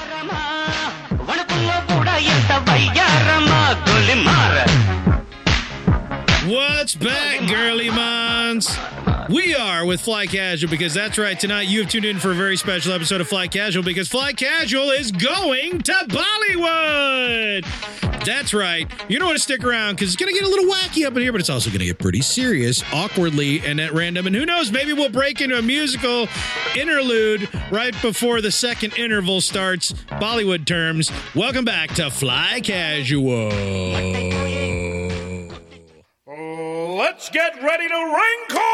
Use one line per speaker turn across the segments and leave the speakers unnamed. వయ్యారమా వణుకుల్లో కూడా ఎంత వయ్యారమా గొలి మార
What's back, girly mons? We are with Fly Casual because that's right. Tonight you have tuned in for a very special episode of Fly Casual because Fly Casual is going to Bollywood. That's right. You're going to want to stick around because it's going to get a little wacky up in here, but it's also going to get pretty serious, awkwardly, and at random. And who knows? Maybe we'll break into a musical interlude right before the second interval starts. Bollywood terms. Welcome back to Fly Casual.
Let's get ready to wrinkle!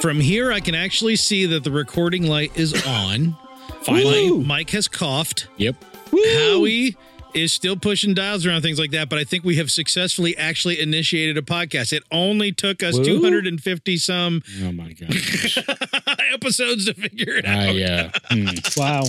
From here, I can actually see that the recording light is on. Finally,
Woo!
Mike has coughed.
Yep.
Howie is still pushing dials around things like that, but I think we have successfully actually initiated a podcast. It only took us
Woo!
250 some
Oh my god.
episodes to figure it out.
I uh, hmm.
Wow.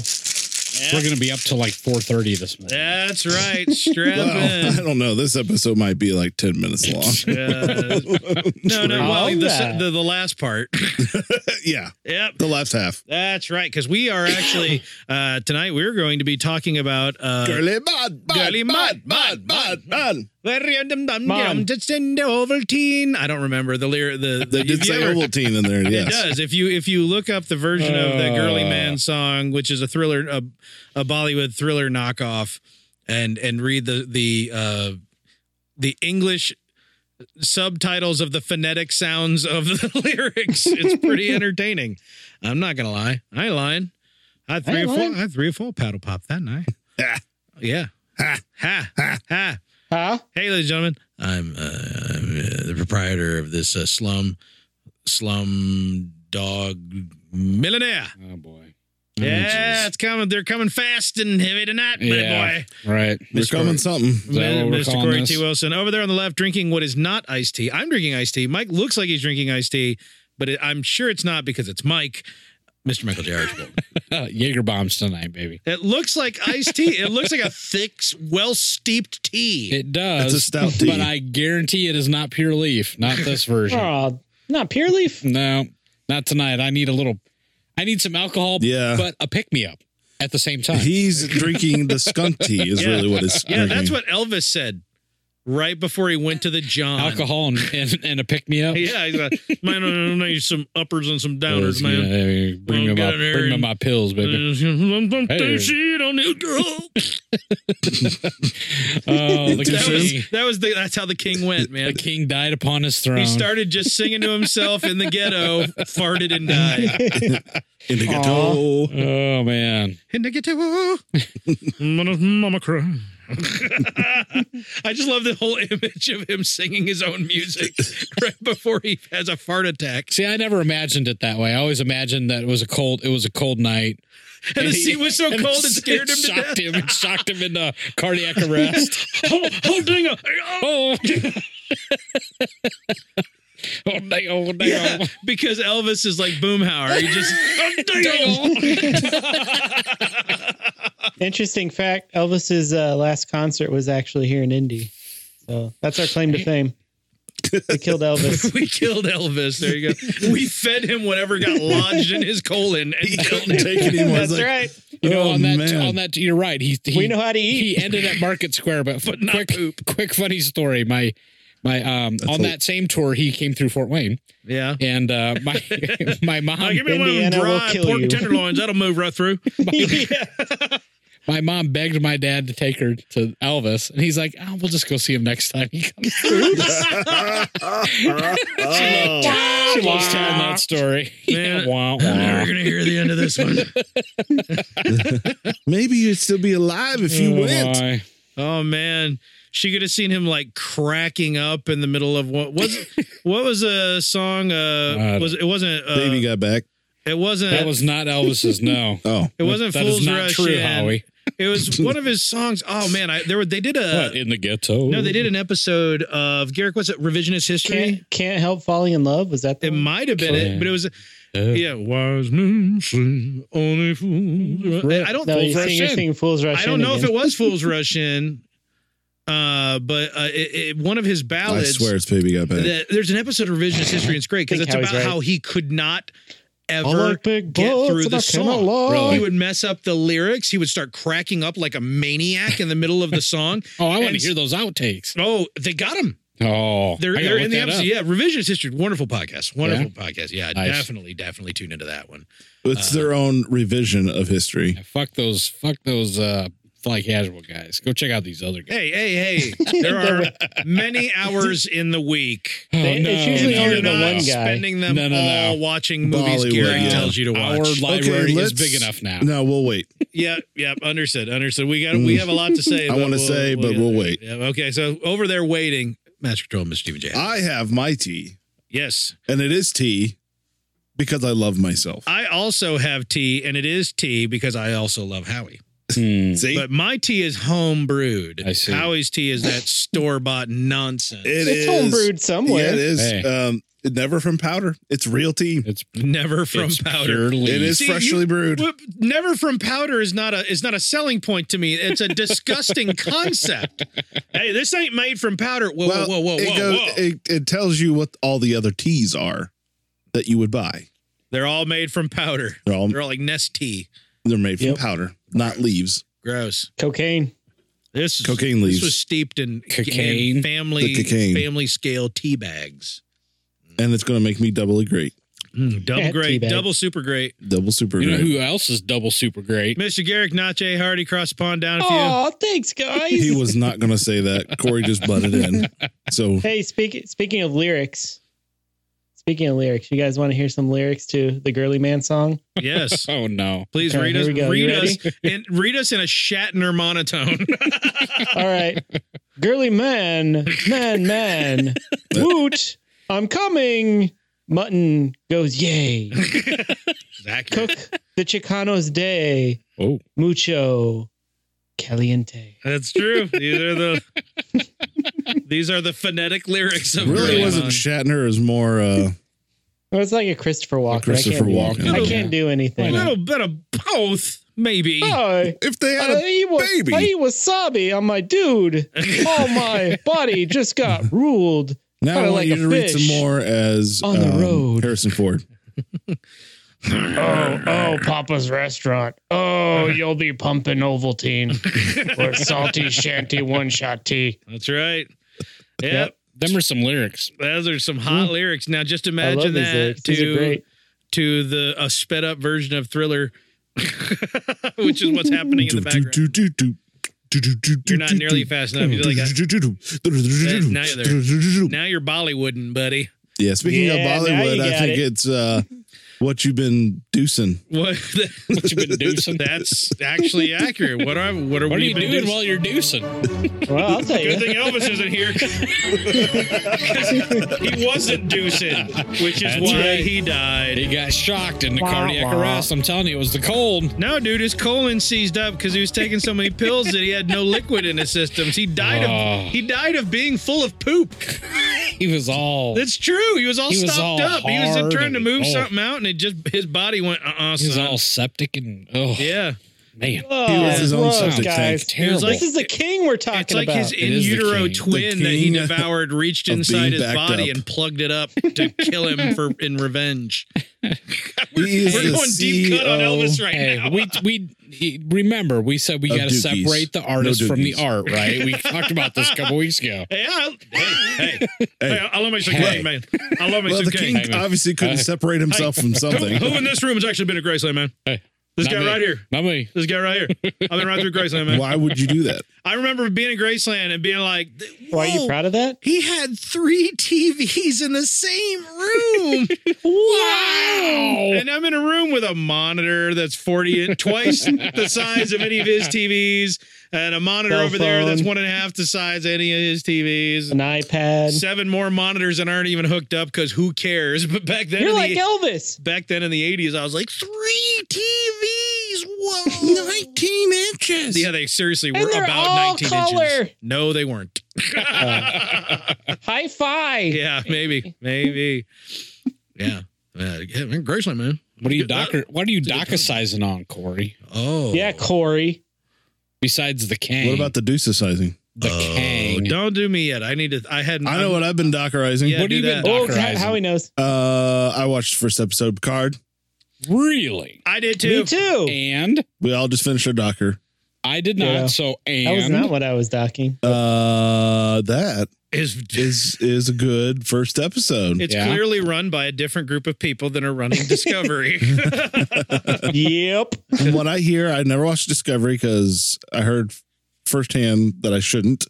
we're gonna be up to like 4:30 this morning.
That's right. Strap
Well, I
in.
don't know. This episode might be like 10 minutes long.
Uh, no, no, well,
All
the,
right.
the, the last part.
yeah.
yep.
The last half.
That's right. Because we are actually, uh, tonight, we're going to be talking about. Uh,
Girly mod, mod,
Girly
mod,
mod,
mod, mod, mod.
Very dum dum dum
Mom.
just in the Ovaltine. I don't remember the lyric. The,
They
if
did
you
say
ever-
Ovaltine in there.
It
Yes.
does. If you if you look up the version of the Girly Man song, which is a thriller, a, a Bollywood thriller knockoff, and and read the the uh, the English subtitles of the phonetic sounds of the lyrics, it's pretty entertaining. I'm not gonna lie. I ain't lying. I had three
I
or
ain't
four.
lying.
I had three or four paddle pop that night.
Ha.
yeah.
Ha.
Ha. Ha. ha.
Huh?
Hey, ladies and gentlemen, I'm, uh, I'm uh, the proprietor of this uh, slum slum dog millionaire.
Oh boy. Oh,
yeah,
jeez.
it's coming. They're coming fast and heavy tonight, buddy
Yeah.
boy.
Right.
We're coming something.
Is that what we're
Mr.
calling
Corey
this?
T. Wilson over there on the left drinking what is not iced tea. I'm drinking iced tea. Mike looks like he's drinking iced tea, but it, I'm sure it's not because it's Mike. Mr. Michael J. Archibald.
Jaeger bombs tonight, baby.
it looks like iced tea. It looks like a thick, well steeped tea.
It does.
It's a stout tea.
But I guarantee it is not pure leaf. Not this version.
Oh, not Pure Leaf.
No, not tonight. I need a little. I need some alcohol.
Yeah.
But a pick me up at the same time.
He's drinking the skunk tea, is
Yeah.
really what it's.
yeah,
drinking.
that's what Elvis said right before he went to the John.
alcohol and, and, and a pick me up.
yeah, he's like, man, I need some uppers and some downers,
Yeah,
man.
yeah, bring
Well,
me my
get in there
bring me
and-
my pills, baby.
Don't
Hey.
do shit on you, girl.
Oh, the
That
king,
was, that was the that's how the king went,
the
man.
king died upon his throne.
He started just singing to himself in the ghetto, farted and died.
In the ghetto.
Oh man,
In the ghetto, mama mama cry. I just love the whole image of him singing his own music right before he has a fart attack.
see, I never imagined it that way. I always imagined that it was a cold. It was a cold night,
And the
he-
sea was so
and
cold
the
it scared him to death.
shocked him. It shocked him into cardiac arrest.
Oh, oh, dang it.
oh, oh, dang, oh, dang, oh.
because Elvis is like Boomhauer. He just
oh.
Oh,
Interesting fact Elvis's uh, last concert was actually here in Indy. So that's our claim to fame. We killed Elvis.
we killed Elvis. There you go. We fed him whatever got lodged in his colon and
He
killed
couldn't
him.
take it anymore.
That's
He's like,
right.
You know,
Oh,
on that,
man.
on that, you're right. He, he
We know how to eat.
he ended at Market Square, but,
But not
quick, quick funny story. My, my, um, on
a-
that same tour, he came through Fort Wayne,
Yeah.
and uh, my, my
Now,
mom,
give me one of them
Indiana will
dry
kill
pork
you.
tenderloins. That'll move right through.
Yeah.
my mom begged my dad to take her to Elvis, and he's like, oh, "We'll just go see him next time he comes." she loves telling that story.
Man.
wah,
I'm never
wah.
gonna hear the end of this one.
Maybe you'd still be alive if you
Oh,
went.
my.
Oh man. She could have seen him like cracking up in the middle of what was what was a song uh
don't-
was it wasn't uh,
Baby got back.
it wasn't
that was not Elvis's. No,
Oh,
it wasn't
that
Fools
is not
Rush
true,
In.
Howie.
It was one of his songs. Oh man, I there were they did a
What in the ghetto?
uh, No, they did an episode of Garrick. What's it? Revisionist history.
Can't, can't help falling in love. Was that the
It
one?
might have been it, but it was Yeah, wise men sing only fools. ru- I don't.
No, you
Fools
sing, you're
Rush In.
singing Fools Rush
I don't
In
know if
again.
it was Fools Rush In, uh, but uh, it, it, one of his
I
ballads.
swear it's Baby Got Back.
that- there's an episode of Revisionist History, and it's great because
Think
it's
Howie's
about
right.
how he could not ever
Olympic
get
boats
through
and
the
I
song.
cannot lie.
Really?
He would mess up the lyrics. He would start cracking up like a maniac in the middle of the song.
Oh, I want
And-
to hear those outtakes.
Oh, they got him.
Oh,
They're,
I gotta
they're
look
in the
that up.
episode. Yeah, Revisionist History. Wonderful podcast. Wonderful podcast. Yeah,
Nice.
definitely, definitely tune into that one.
It's their own revision of history.
Yeah, Fuck those. Fuck those. Uh, fly casual guys. Go check out these other guys.
Hey, hey, hey. There are many hours in the week.
Oh,
They- It's usually
If
only
you're
the
not
one guy.
spending them
No, no, no.
all watching movies
Bollywood,
Gary
yeah.
tells you to watch.
Our library is
let's-
big enough now.
No, we'll wait.
Yeah, yeah, understood, understood. We got we have a lot to say.
Mm. I
but
wanna say, but
get
we'll
there.
wait.
Yeah, okay, so over there waiting, Master Control, Mr. Stephen J.
I have my tea,
yes,
and it is tea because I love myself.
I also have tea, and it is tea because I also love Howie.
Hmm.
See,
But my tea is home brewed.
I see.
Howie's tea is that store bought nonsense.
It
It's
is-
homebrewed
yeah,
somewhere.
it is.
Hey.
Um, it never from powder. It's real tea.
It's
Never from
it's
powder.
purely-
It is
See, you-
freshly brewed.
Whoop, Never from powder is not a is not a selling point to me. It's a disgusting concept. Hey, this ain't made from powder. Whoa,
Well,
whoa, whoa, whoa,
it,
whoa,
goes-
whoa.
It, it tells you what all the other teas are that you would buy.
They're all made from powder.
They're all
They're all like nest tea.
they're made from
Yep.
powder, not leaves.
Gross.
Cocaine.
This is-
Cocaine
This
leaves
was steeped in,
Cocaine.
in family
The cocaine.
family scale tea bags.
and it's going to make me doubly great,
Mm, double
Yeah, tea
great,
bag.
double super great.
double super
You know
great.
who else is double super great?
Mr. Garrick, not Jay Hardy, cross the pond down a few.
Oh, thanks, guys.
he was not going to say that. Corey just butted in. So
Hey, speak, speaking of lyrics, speaking of lyrics, you guys want to hear some lyrics to the Girly Man song?
Yes.
Oh no.
Please
Okay,
read
here
us
we go. You
read
ready?
us and read us in a Shatner monotone.
All right. Girly man, man, man, woot, I'm coming. Mutton goes, yay.
Exactly.
Cook the Chicanos day,
Oh,
mucho caliente.
That's true. These are the these are the phonetic lyrics of
really
Grey
wasn't
Mon.
Shatner is more uh
Well, it's like a Christopher Walken.
Christopher
I can't
Walken.
Do, I can't do
a
anything.
little bit of both, maybe.
Oh,
if they had
I
a
eat, wa-
baby.
I eat wasabi on my dude. All my body just got ruled.
now I
kinda
want
like
you
a
to read
fish
some more as
on the
um,
road.
Harrison Ford.
Oh, oh, Papa's restaurant. Oh, you'll be pumping Ovaltine or salty shanty one shot tea.
That's right. Yep.
them are some lyrics.
Those are some hot lyrics. Now just
Mm. I love
imagine
these
that
lyrics. These are
to
great.
to the a sped up version of Thriller, which is what's happening in the background. You're
You're
not nearly fast enough. You're like a- now
Neither.
Now you're Bollywooden, buddy.
Yeah, speaking
Yeah,
of
now you
Bollywood, I
got
think
it.
it's uh, what you've been deucing.
What?
What you been deucing?
That's actually accurate. What are what are
What are
we
you
been
doing while you're deucing?
Well, I'll tell
Good
you.
thing Elvis isn't here. 'Cause he wasn't deucing, which is
That's
why
right.
he died.
He got shocked in the
Wah,
cardiac
wah.
arrest. I'm telling you, it was the cold.
No, dude, his colon seized up because he was taking so many pills that he had no liquid in his systems. He died
Oh.
of he died of being full of poop.
He was all.
That's true. He was all
He was
stopped
all
up. He was
hard
trying to
and-
move
oh.
something out, and it just his body went uh uh
he was all septic and oh
Yeah,
man.
Oh,
was his own
gross,
septic
tank.
guys.
Terrible.
It was like-
This is the king we're talking
it's like
about.
his in
is the
utero
king.
twin
The
that he
king
devoured reached
of being
inside his
backed
body
up.
and plugged it up to kill him for in revenge.
He is
We're
the E
going deep cut on
CEO.
Elvis right
Hey,
now.
we we he- remember we said we
Of
got to
dookies.
separate the artist
No
from the
dookies.
art, right? We talked about this a couple weeks ago.
Yeah, I'll- hey, hey, hey, I love me some
Hey.
cake, man. I love me
Well,
some
the
cake.
king obviously couldn't separate himself from something.
Who in this room has actually been to Graceland, man?
Hey,
This
not
guy
me.
right here.
Not me.
This guy right here. I've been right through Graceland, man.
Why would you do that?
I remember being in Graceland and being like,
Why are
"Whoa,
you proud of that?
He had three TVs in the same room.
Wow.
and I'm in a room with a monitor that's 40 in- twice the size of any of his TVs, and a monitor
Cell
over there that's
phone.
one and a half the size of any of his TVs.
An iPad.
Seven more monitors that aren't even hooked up because who cares? But back then,
You're
in
like
the,
Elvis.
back then in the 80s, I was like, three TVs. Whoa.
19 inches.
Yeah, they seriously
And
were
they're
about
all
19
color. Uh,
inches. No, they weren't.
Hi fi.
Yeah, maybe, maybe. Yeah. Uh, yeah, man, Graceland, man.
What are you
Good- that-
docker? What are you
a good
docker sizing on, Corey?
Oh,
Yeah, Corey.
Besides the Kang,
What about the deucicizing?
the
Oh,
Kang?
Don't do me yet. I need to. I hadn't.
I know what I've been dockerizing.
Yeah,
what
do
have you been
that.
Oh,
dockerizing?
how he knows.
Uh, I watched the first episode of Picard.
really?
I did too.
Me too.
And
We all just finished our docker.
I did not.
Yeah.
So and
That was not what I was docking.
Uh, that
Is
is is a good first episode.
it's
Yeah.
clearly run by a different group of people than are running Discovery.
yep.
From what I hear, I never watched Discovery because I heard firsthand that I shouldn't.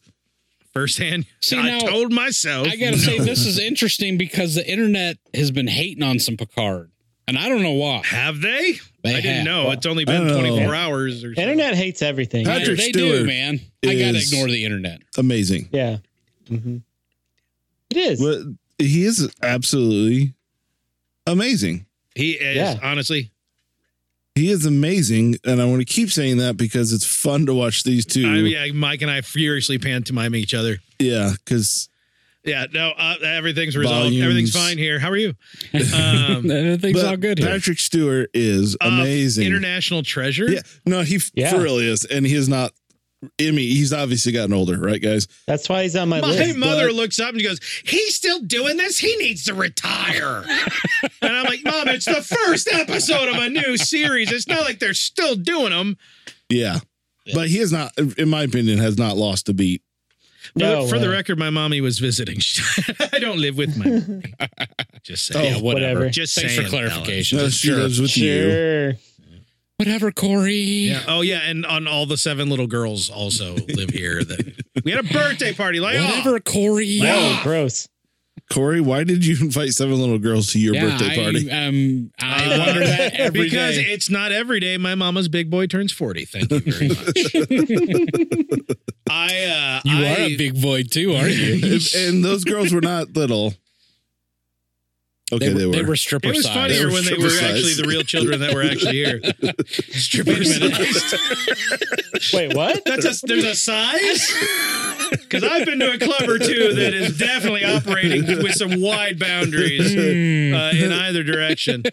Firsthand,
See,
I
now,
told myself.
I gotta say this is interesting because the internet has been hating on some Picard, and I don't know why.
have they?
They
I didn't
have.
know. It's only
I
been
don't know.
24 hours or so.
Oh. Internet hates everything.
Patrick
Yeah, they do,
Stewart
man. I gotta
is-
ignore the internet.
Amazing.
Yeah. hmm It is.
What he is absolutely amazing.
He is
Yeah.
honestly.
He is amazing, and I want to keep saying that because it's fun to watch these two.
I, yeah, Mike and I furiously pantomime each other.
yeah, because
Yeah, no, uh, everything's resolved.
Volumes.
Everything's fine here. How are you? Um,
Everything's
Patrick Stewart is
uh,
amazing.
international treasure.
Yeah, no, he f-
Yeah.
for real is, and he is not. I mean, he's obviously gotten older, right, guys?
That's why he's on my,
My
list.
mother
but-
looks up and goes, "He's still doing this. He needs to retire." and I'm like, "Mom, it's the first episode of a new series. It's not like they're still doing them."
Yeah. But he has not, in my opinion, has not lost a beat.
No
But for the
way.
record, my mommy was visiting. I don't live with my. Mommy. Just saying.
Yeah,
Oh,
whatever.
whatever.
Just
Thanks
saying,
for clarification.
No, she
sure.
lives Uh, with you.
Sure.
Whatever, Corey.
Yeah. Oh yeah, and on all the seven little girls also live here. That we had a birthday party. Like,
Whatever, Corey.
Oh, gross.
Corey, why did you invite seven little girls to your
Yeah,
birthday party?
I, um, I wonder that every
because
day.
it's not every day my mama's big boy turns 40 thank you very much i uh
you
I,
are a big boy too, aren't you?
If- and those girls were not little. Okay, they, were.
They were
it
stripper
was
size.
funnier
They were
when they
stripper
were
size.
actually the real children that were actually here stripper size
Wait, what?
that's a, there's a size because i've been to a club or two that is definitely operating with some wide boundaries
Mm,
uh, in either direction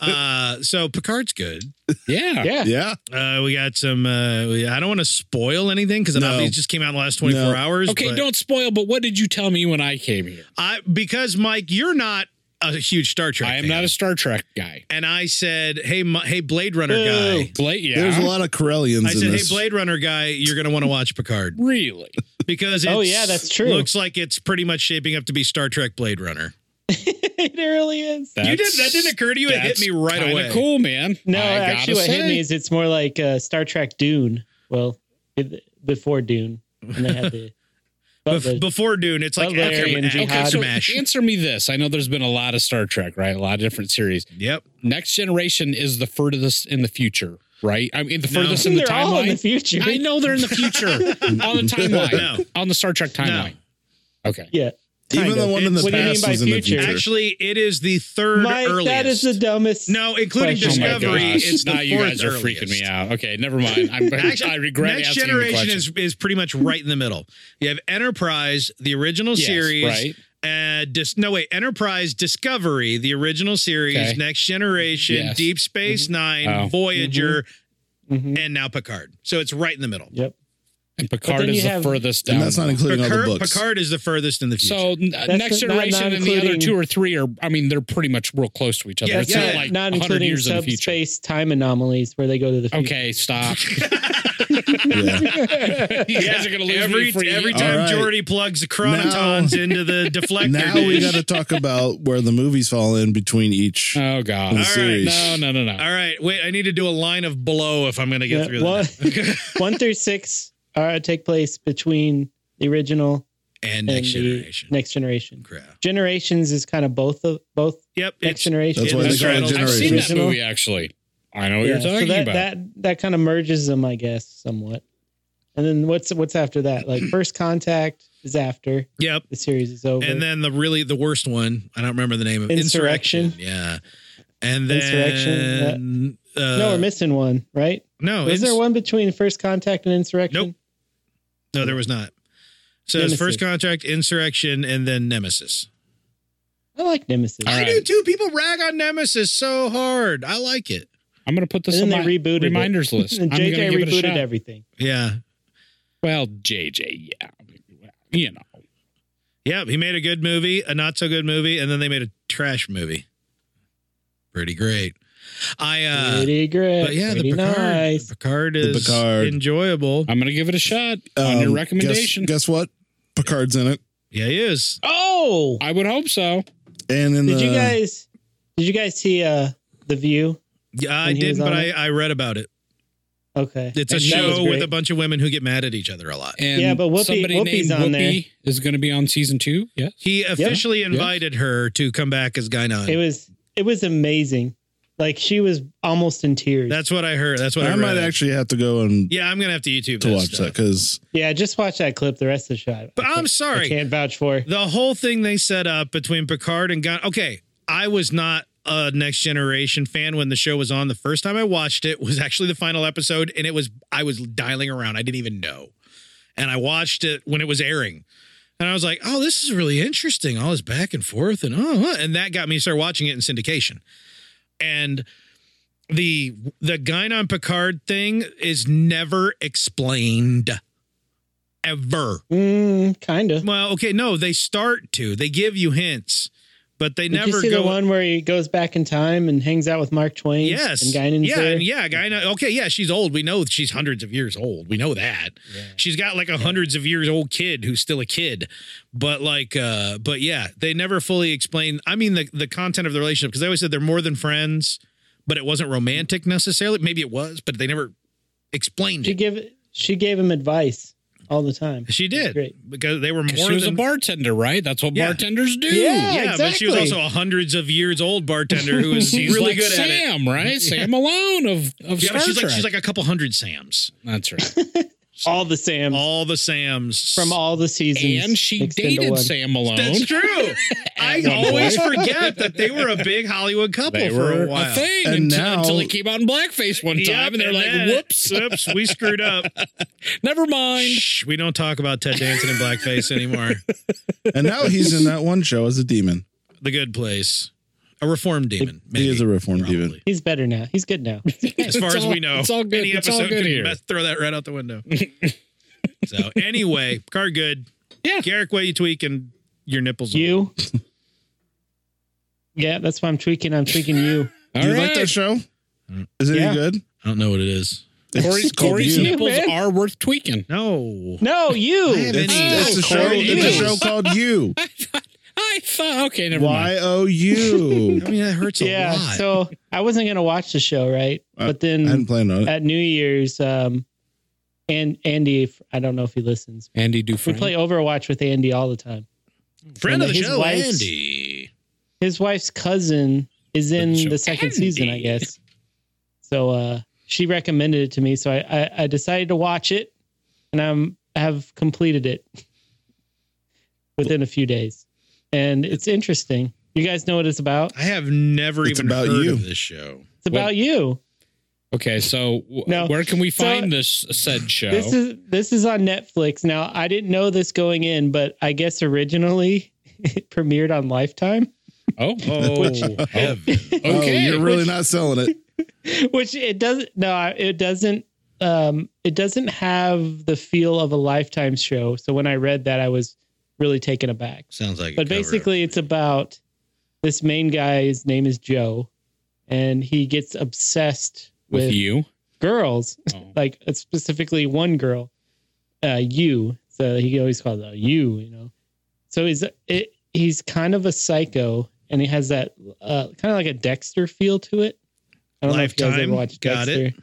uh so picard's good
yeah.
yeah.
yeah.
Uh, we got some. Uh, we- I don't want to spoil anything because it
No.
obviously just came out in the last twenty four
No.
hours.
Okay,
but
don't spoil. But what did you tell me when I came here?
I because Mike, you're not a huge Star Trek.
I am
fan.
not a Star Trek guy.
And I said, hey, Mi- hey, Blade Runner
Boo.
guy.
Blade, yeah.
There's a lot of Corellians
I
in
said, hey,
this.
Blade Runner guy, you're gonna want to watch Picard
Really?
because it's,
Oh, yeah, that's true.
Looks like it's pretty much shaping up to be Star Trek Blade Runner.
it really is.
you did that didn't occur to you? It hit
that's
me right
kinda
away.
Cool, man.
No,
I gotta
actually, what hit
say.
me is it's more like uh, Star Trek Dune. Well, it, before Dune, and they had the. but
Bef-
the-
before Dune, it's like
Bavarian
after,
Jihad.
after
Okay, so
Smash.
answer me this. I know there's been a lot of Star Trek, right? A lot of different series.
Yep.
Next Generation is the furthest in the future, right? I mean, the
No.
furthest in the
they're all in the
timeline.
future.
I know they're in the future on the timeline,
No.
on the Star Trek timeline. Okay.
Yeah.
Even
kind
the
of.
one in the
What do you mean
past
by
was in the
future?
future.
Actually, it is the third
Mike,
earliest.
that is the dumbest.
No, including
Question.
Oh my
Discovery,
gosh.
it's the
now
fourth
you guys are
earliest.
freaking me out. Okay, never mind. I'm,
Actually,
I regret
Next
asking the
Generation
question.
is is pretty much right in the middle. You have Enterprise, the original
Yes,
series,
right?
and dis- no wait, Enterprise, Discovery, the original series,
Okay.
Next Generation,
Yes.
Deep Space Nine,
Oh.
Voyager,
Mhm.
and now Picard. So it's right in the middle.
Yep.
And
then
Picard
you
is the
have-
furthest down.
and that's not including all
Picard,
the books.
Picard is the furthest in the future.
so n- uh, next
not- not
generation and the other
including-
two or three are. I mean, they're pretty much real close to each other.
Yeah,
it's
yeah,
not like
not
100
including
years in the future.
subspace time anomalies where they go to the future.
Okay, stop.
yeah.
you guys are gonna lose
every
me for
every
every
All
time
right.
Geordi plugs the chronotons into the deflector,
now we
dish.
got to talk about where the movies fall in between each.
Oh
All
god.
right. series.
No, no, no, no.
All right, wait. I need to do a line of blow if I'm going to get
Yeah,
through
one,
that.
one through six uh, take place between the original
And
and
next
the
generation.
next generation.
Crap.
Generations is kind of both of both
Yep.
next
it's-
generation.
That's why they
That's
call
right.
it
I've seen
I've seen that
generation.
Original.
movie actually. I know what
Yeah,
you're talking
so that,
about.
that that kind of merges them, I guess, somewhat. And then what's what's after that? Like first contact is after
Yep.
the series is over.
And then the really the worst one. I don't remember the name of
Insurrection.
Yeah. And then
Insurrection,
Uh, oh,
no, we're missing one, right?
no.
Is
ins-
there one between first contact and insurrection?
Nope. No, there was not. So it's
Nemesis.
first contract, insurrection, and then nemesis.
I like Nemesis.
All
I
right.
do too. People rag on Nemesis so hard. I like it.
I'm going to put this
And
on
then
my
they rebooted it.
reminders list.
and
I'm gonna
JJ
give it a
rebooted
shot.
everything.
Yeah.
Well, JJ, yeah, I mean, well, you know,
Yep. He made a good movie, a not so good movie, and then they made a trash movie. Pretty great. I uh
pretty great.
but yeah, the
pretty
Picard,
nice.
the Picard is
Picard.
enjoyable.
I'm going to give it a shot
Um,
on your
guess-
recommendation.
Guess, what? Picard's in it,
Yeah, he is.
Oh,
I would hope so.
and in
did
the
uh,
you guys? Did you guys see uh the View?
Yeah, I
And he was
didn't, but
on
I,
it?
I read about it.
Okay,
It's a
And that was
show with
great.
a bunch of women who get mad at each other a lot.
And
Yeah, but Whoopi-
somebody
Whoopi's
named
on
Whoopi is going to be on season two. Yeah,
He officially invited her to come back as
it
Guinan.
was it was amazing. Like she was almost in tears.
That's what I heard. That's what I,
I might
read.
actually have to go and
Yeah, I'm gonna have to YouTube
to
that
watch
stuff.
that because
yeah, just watch that clip. The rest of the shot.
But
I
I'm
can't-
sorry.
I can't vouch for. it.
the whole thing they set up between Picard and Gon. Okay, I was not a Next Generation fan when the show was on. The first time I watched it was actually the final episode, and it was I was dialing around. I didn't even know, and I watched it when it was airing, and I was like, "Oh, this is really interesting. All this back and forth, and oh, huh." and that got me to start watching it in syndication, and." The the Guinan Picard thing is never explained ever.
Mm, kind of.
Well, okay, no, they start to. They give you hints, but they
Did
never
you see
go.
the one where he goes back in time and hangs out with Mark Twain?
yes,
and Guinan's
yeah,
there.
and yeah, Guinan. Okay, yeah, she's old. We know she's hundreds of years old. We know that she's got like a hundreds of years old kid who's still a kid. But like, uh, but yeah, they never fully explain. I mean, the the content of the relationship because they always said they're more than friends, but it wasn't romantic necessarily. Maybe it was, but they never explained
She
it.
give she gave him advice all the time.
She
It was
did
great.
because they were more
she was
than
a bartender, right? That's what
Yeah.
bartenders do.
Yeah.
Yeah, but she was also
exactly.
a hundreds of years old bartender who was
She's
really
like
good at it.
Sam, right? Sam Malone of of
Yeah,
Star
but she's
Trek.
like she's like a couple hundred Sams.
That's right.
All the Sams
All the Sams
from all the seasons.
And she
mixed into
dated
one.
Sam Malone.
That's true. I
one
always forget that they were a big Hollywood couple
They
for
were
a while.
a thing
And
until,
now-
until he came out in blackface one time,
Yep,
and they're like,
then-
"Whoops,
whoops, we screwed up.
never mind."
Shh, we don't talk about Ted Danson and blackface anymore.
and now he's in that one show as a demon.
The Good Place, a reformed demon.
he
Maybe,
is a reformed
probably.
demon.
He's better now. He's good now.
as far
It's
as
all-
we know.
it's all good.
Any
It's
episode
all good
could
here.
mess- throw that right out the window. so anyway, car good.
Yeah.
Garrick, what you tweaking your nipples? on?
You. yeah, that's why I'm tweaking. I'm tweaking you.
All
Do you like
right.
that show? Is it
Yeah.
any good?
I don't know what it is.
It's
Corey's,
called
Corey's
You.
You,
nipples
man.
are worth tweaking.
No.
No, you.
have
It's, it's a
Oh,
show.
Corey,
It's
you.
a show called You.
I thought, okay, never mind.
Y O U.
I mean, that hurts a
yeah.
lot.
So I wasn't gonna watch the show, right?
Uh,
but
I hadn't
then
planned on it.
at New Year's, um, and Andy, I don't know if he listens.
Andy
We
Dufresne.
play Overwatch with Andy all the time.
Friend of the
his
show,
wife's-
Andy.
his wife's cousin is in
show
the second season, I
Andy.
guess. So uh, she recommended it to me, so I, I, I decided to watch it, and I'm I have completed it within a few days, and it's interesting. You guys know what it's about?
I have never
It's
even
about
heard
you.
of this show.
It's about you.
okay, so w-
No.
where can we
So-
find this said show?
This is this is on Netflix. Now I didn't know this going in, but I guess originally it premiered on Lifetime.
oh,
Oh, heaven.
okay.
Oh, you're really not selling it.
which it doesn't no I- it doesn't um it doesn't have the feel of a lifetime show so when i read that i was really taken aback
Sounds like. a
but
cover.
basically it's about this main guy his name is joe and he gets obsessed
with,
with,
you.
girls
Oh.
like uh, specifically one girl uh you so he always calls her you you know so he's it, he's kind of a psycho and he has that uh kind of like a dexter feel to it i don't know if you guys
Lifetime.
ever watched
Got
dexter
it.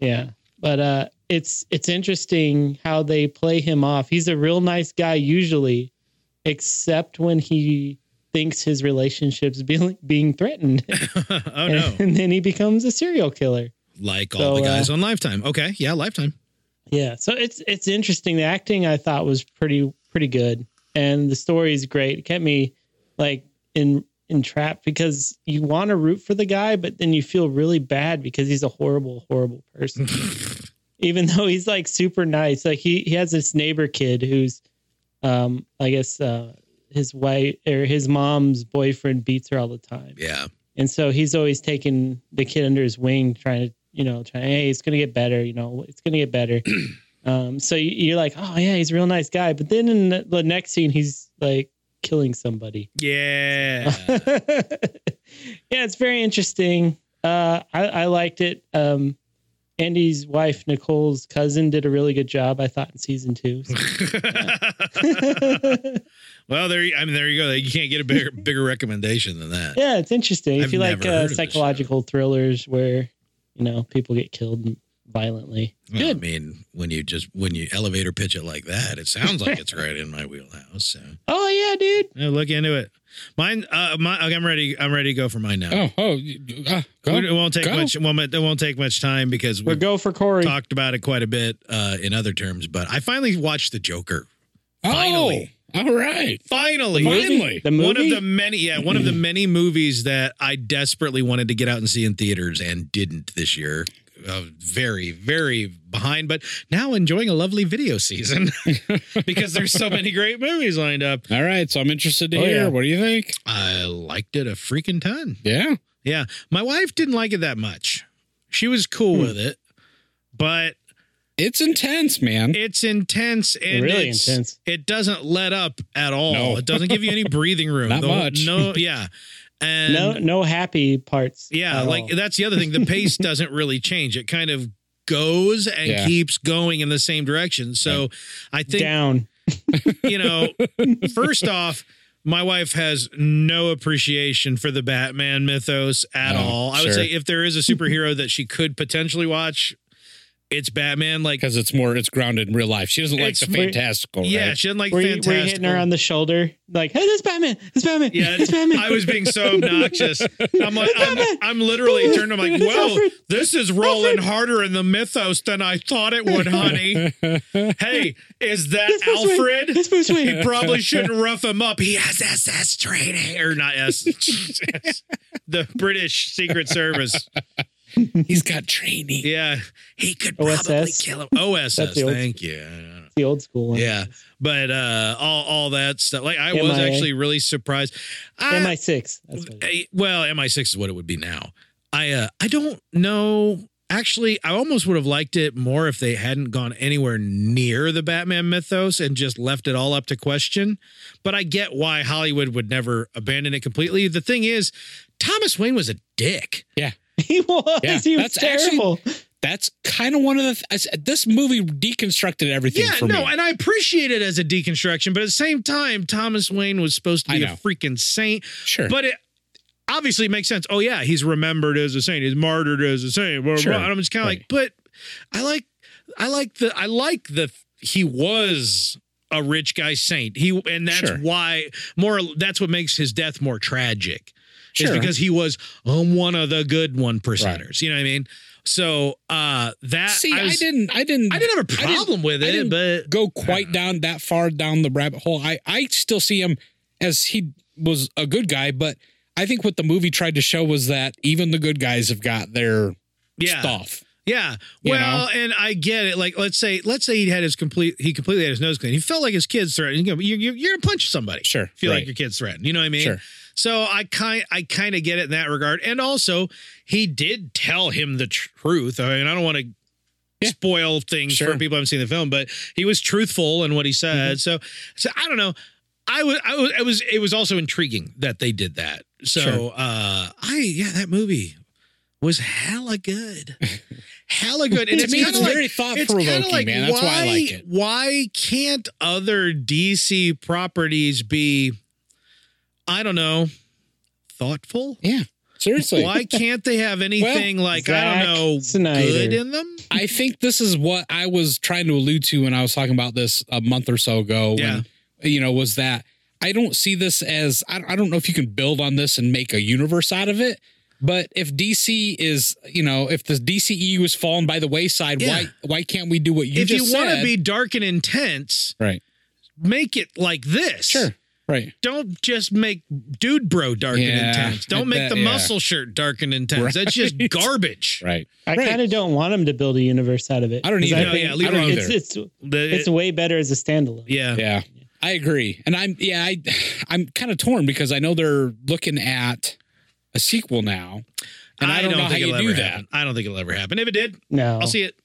yeah but uh it's it's interesting how they play him off he's a real nice guy usually except when he thinks his relationship's being being threatened
oh no!
and then he becomes a serial killer
Like all the
So, uh,
guys on Lifetime. Okay, yeah, Lifetime.
Yeah, so it's it's interesting. The acting I thought was pretty pretty good, and the story is great. It kept me like in entrapped because you want to root for the guy, but then you feel really bad because he's a horrible horrible person. Even though he's like super nice, like he he has this neighbor kid who's, um, I guess uh, his wife or his mom's boyfriend beats her all the time.
Yeah.
And so he's always taking the kid under his wing, trying to, you know, trying, hey, it's going to get better. You know, it's going to get better. um, so you- you're like, oh, yeah, he's a real nice guy. But then in the- the next scene, he's like killing somebody.
Yeah.
yeah, it's very interesting. Uh, I, I liked it. Um, Andy's wife, Nicole's cousin, did a really good job, I thought, in season two. So-
well, there. You, I mean, there you go. You can't get a bigger bigger recommendation than that.
yeah, it's interesting.
I've
if you like
never heard
uh,
of this
psychological thrillers where, you know, people get killed violently.
Well, I mean, when you just when you elevator pitch it like that, it sounds like it's right in my wheelhouse. So
Oh, yeah, dude.
Yeah, look into it. Mine. Uh, my, okay, I'm ready. I'm ready to go for mine now.
Oh, oh, you- ah, go.
it won't take
Go.
much. It won't, it won't take much time because
We're
we
go for Corey.
talked about it quite a bit uh, in other terms. But I finally watched the Joker.
Oh,
Finally.
all right.
Finally,
Movie?
Finally. The
one of
movie? Mm-hmm.
the many. Yeah, one of the many movies that I desperately wanted to get out and see in theaters and didn't this year. Uh, very, very behind, but now enjoying a lovely video season because there's so many great movies lined up.
All right. So I'm interested to
Oh,
hear.
yeah.
What do you think?
I liked it a freaking ton.
Yeah.
Yeah. My wife didn't like it that much. She was cool
Hmm.
with it, but
It's intense, man.
it's intense and
really
it's-
intense.
It doesn't let up at all.
No.
It doesn't give you any breathing room.
Not
The whole-
much.
No, yeah. And
no, no happy parts.
yeah,
at
like
all.
that's the other thing. The pace doesn't really change. It kind of goes and
Yeah.
keeps going in the same direction. So I think
down.
you know, first off, my wife has no appreciation for the Batman mythos at
No,
all. I
sure.
would say if there is a superhero that she could potentially watch, it's Batman. Like,
Because it's more, it's grounded in real life. She doesn't like
It's
the
very-
fantastical.
yeah,
right?
she doesn't like
Were you,
fantastic.
were you hitting her on the shoulder? Like, hey, this Batman, this Batman,
yeah,
this Batman.
I was being so obnoxious. I'm like, I'm, I'm literally turned. I'm like,
It's
whoa,
Alfred.
this is rolling harder in the mythos than I thought it would, honey. Hey, is that
this Bruce Wayne,
Alfred?
this Bruce Wayne.
he probably shouldn't rough him up. He has SS training, or not S, the British Secret Service.
He's got training.
Yeah, he could
OSS?
probably kill him. OSS,
That's the old-
thank you.
the old school one.
Yeah, but uh, all all that stuff. Like I was
MIA.
actually really surprised. I,
MI six. That's what it is.
I- Eh, well, MI6 is what it would be now. I uh, I don't know. Actually, I almost would have liked it more if they hadn't gone anywhere near the Batman mythos and just left it all up to question. But I get why Hollywood would never abandon it completely. The thing is, Thomas Wayne was a dick.
He was.
Yeah,
he was
that's actually-
terrible.
That's kind of one of the. Th- I s- this movie deconstructed everything
Yeah,
for
no,
me.
and I appreciate it as a deconstruction, but at the same time, Thomas Wayne was supposed to
I
be a
know.
freaking saint.
Sure.
But it obviously makes sense. Oh yeah, he's remembered as a saint. He's martyred as a saint. Blah, blah,
Sure.
blah. And I'm just kind of like, but I like, I like the, I like the. He was a rich guy saint. He and that's
Sure.
why more. That's what makes his death more tragic.
Sure.
Is because he was um, one of the good one percenters. You know what I mean? So uh that
See, I,
was-
didn't. I didn't.
I didn't have a
I didn't-
problem with
I
it,
didn't
but
go quite down that far down the rabbit hole. I I still see him as he was a good guy, but I think what the movie tried to show was that even the good guys have got their
yeah,
stuff.
Yeah.
You
Well, and I get it. Like, let's say, let's say he had his complete, he completely had his nose clean. He felt like his kids threatened. You, you, you're gonna punch somebody.
Sure.
Feel like
right.
your kids threatened. You know what I mean?
Sure.
So I kind, I kind of get it in that regard. And also, he did tell him the truth. I mean, I don't want to.
Yeah.
Spoil things
Sure. Mm-hmm.
for people who haven't seen the film, but he was truthful in what he said. So, so I don't know. I was, I was, it was, it was also intriguing that they did that. So,
Sure.
uh, I, yeah, that movie was hella good. hella good. And
to
it's
me,
kind
it's
of like,
very
it's
thought
kind
provoking,
of like,
man.
why,
That's why I like it.
why can't other DC properties be, I don't know, thoughtful?
Seriously,
Why can't they have anything like, I
Zack
don't know,
Snyder.
good in them?
I think this is what I was trying to allude to when I was talking about this a month or so ago.
Yeah.
When, you know, was that I don't see this as I, I don't know if you can build on this and make a universe out of it. But if DC is, you know, if the DCEU is fallen by the wayside, why
Yeah.
why can't we do what you
if
just
you want to
said?
be dark and intense,
right?
make it like this.
Sure. Right.
Don't just make dude bro dark and
Yeah,
intense.
I
Don't make
bet-
the
yeah.
muscle shirt dark and intense. That's just garbage.
Right.
I
Right.
kind of don't want him to build a universe out of it.
I don't
'Cause
either.
No,
think-
yeah, leave
I don't
it
it's,
either.
it's
The-
it's way better as a standalone.
yeah.
yeah. I agree, and I'm yeah, I I'm kind of torn because I know they're looking at a sequel now, and I, don't, know how you
it'll
do
ever
that. Oh.
happen. I don't think it'll ever happen. If it did,
No.
I'll see it.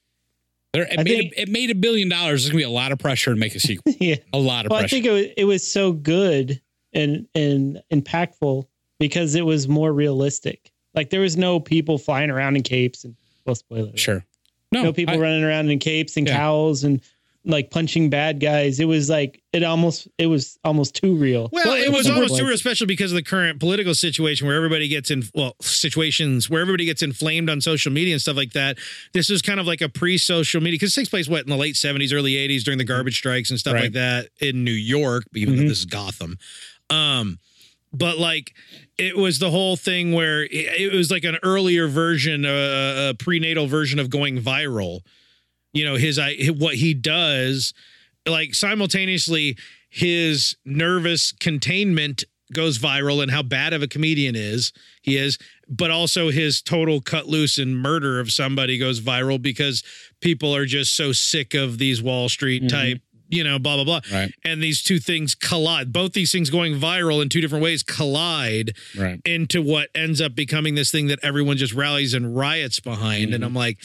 They're- It
I
made,
think-
a, it made a billion dollars. There's gonna be a lot of pressure to make a sequel.
yeah.
A lot of
Well, I
pressure.
think it was, it was so good and and impactful because it was more realistic. Like there was no people flying around in capes and well, spoiler. alert.
sure.
No, people
I-
running around in capes and
Yeah.
cowls and like punching bad guys. It was like it almost it was almost too real.
Well, it was
Like,
almost too real, especially because of the current political situation where everybody gets in, well, situations where everybody gets inflamed on social media and stuff like that. This is kind of like a pre social media because it takes place, what, in the late 70s, early 80s during the garbage strikes and stuff
Right.
like that in New York, even
Mhm.
though this is Gotham. Um, but like it was the whole thing where it, it was like an earlier version, uh, a prenatal version of going viral. You know, his, I, what he does, like simultaneously, his nervous containment goes viral and how bad of a comedian is he is but also his total cut loose and murder of somebody goes viral because people are just so sick of these wall street
Mhm.
type you know blah blah blah
Right.
and these two things collide both these things going viral in two different ways collide
Right.
into what ends up becoming this thing that everyone just rallies and riots behind. And
Mhm.
I'm like,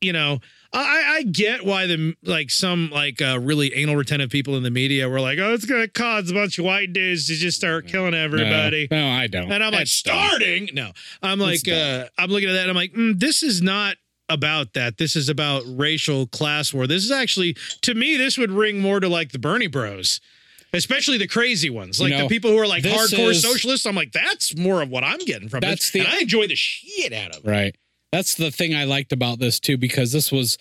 you know, I, I get why the like some like uh, really anal retentive people in the media were like, oh, it's gonna cause a bunch of white dudes to just start killing everybody.
No, no, I don't.
And I'm like,
That's dumb.
starting. No, I'm
That's
like, uh, I'm looking at that. And I'm like, mm, this is not about that. This is about racial class war. This is actually, to me, this would ring more to like the Bernie Bros, especially the crazy ones,
You
like
know,
the people who are like
this
hardcore
is-
socialists. I'm like, that's more of what I'm getting from that's
That's the-
The, and I enjoy the shit out of it.
Right. That's the thing I liked about this too, because this was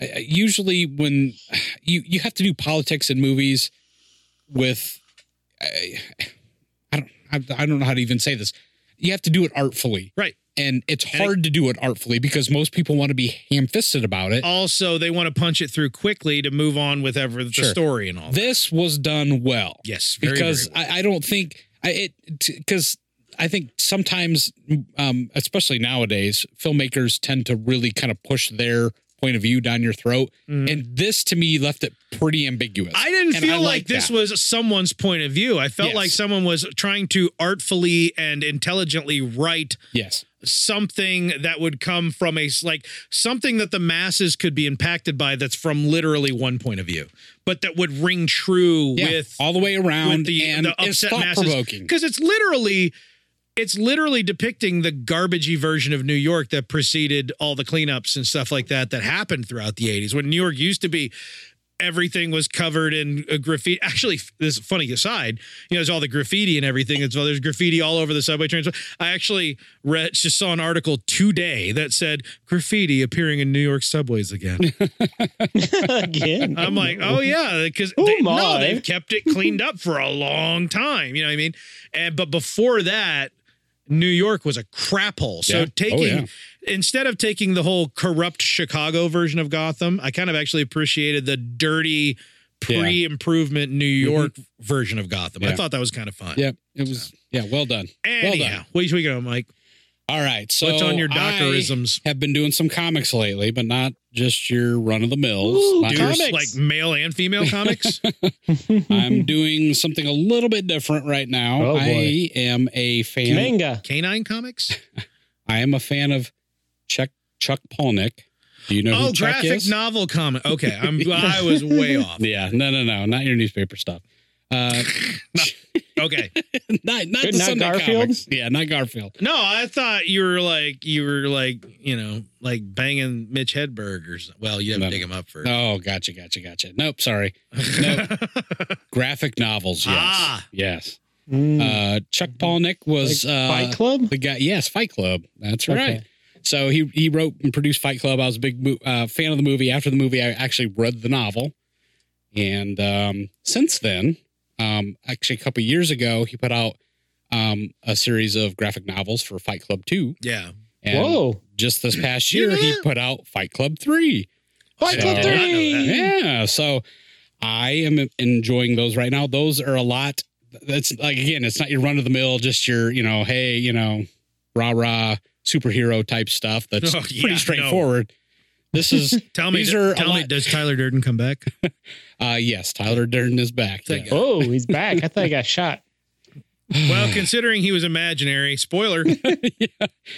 I- I- usually when you you have to do politics in movies with I, I don't I, I don't know how to even say this. You have to do it artfully,
Right.
And it's
it-
hard to do it artfully because most people want to be ham-fisted about
Oh.
it.
Also, they want to punch it through quickly to move on with ever the
Sure.
story and all. that.
This was done well.
Yes, very,
because
very well.
I, I don't think I it because I think sometimes, um, especially nowadays, filmmakers tend to really kind of push their point of view down your throat,
Mhm.
and this to me left it pretty ambiguous.
I didn't
And
feel
I
like,
like
this
that.
was someone's point of view. I felt
Yes.
like someone was trying to artfully and intelligently write
yes,
something that would come from a like something that the masses could be impacted by that's from literally one point of view, but that would ring true
yeah,
with
all the way around
with the,
and
the
it's
upset
thought
masses
provoking.
because it's literally it's literally depicting the garbagey version of New York that preceded all the cleanups and stuff like that that happened throughout the 80s when New York used to be everything was covered in uh, graffiti actually this is a funny aside you know there's all the graffiti and everything as well there's graffiti all over the subway trains i actually read just saw an article today that said graffiti appearing in new york subways again
again.
I'm like, oh yeah, because
Oh,
they, no,
my.
they've kept it cleaned up for a long time. You know what I mean? And but before that, New York was a crap hole. So
Yeah. Oh,
taking
yeah.
instead of taking the whole corrupt Chicago version of Gotham, I kind of actually appreciated the dirty
Yeah. Mm-hmm.
pre-improvement New York version of Gotham.
Yeah.
I thought that was kind of fun.
yeah, it was. Yeah, well done.
Anyhow,
done.
what are you speaking of, Mike?
All right, so
What's on your
I
dockerisms?
have been doing some comics lately, but not just your run of the mills.
Ooh,
Not
Dudes,
your
comics.
like male and female comics.
I'm doing something a little bit different right now.
Oh, boy.
I am a fan.
manga.
Canine comics.
I am a fan of Chuck Chuck Palahniuk. Do you know
Oh,
who Chuck
graphic
is?
novel comic. Okay, I'm. I was way off.
yeah, no, no, no, not your newspaper stuff. Uh,
Okay.
not not, the
Not
Sunday
Garfield?
comics. Yeah, not Garfield.
No, I thought you were like you were like you know like banging Mitch Hedberg or something. well, you have
No.
to dig him up first.
Oh, gotcha, gotcha, gotcha. Nope, sorry. No. Graphic novels. Yes,
Ah.
yes.
Mm,
Uh, Chuck Palahniuk was
like
uh,
Fight Club.
the guy. Yes, Fight Club. That's
Okay.
right. So he he wrote and produced Fight Club. I was a big mo- uh, fan of the movie. After the movie, I actually read the novel, and um, since then, um, actually a couple of years ago, he put out um, a series of graphic novels for Fight Club Two.
yeah.
And
Whoa,
Just this past
You
year,
know
he
that?
put out Fight Club Three.
Fight
So-
Club
I know
Three.
Yeah. So I am enjoying those right now. Those are a lot. That's like, again, it's not your run of the mill, just your, you know, hey, you know, rah rah superhero type stuff that's
Oh, yeah,
pretty
no.
straightforward. This is
Tell me,
These are
tell
a
me,
lot-
does Tyler Durden come back?
uh yes, Tyler Durden is back.
Thank
Yeah.
Oh, he's back. I thought he got shot.
well, considering he was imaginary, spoiler. yeah,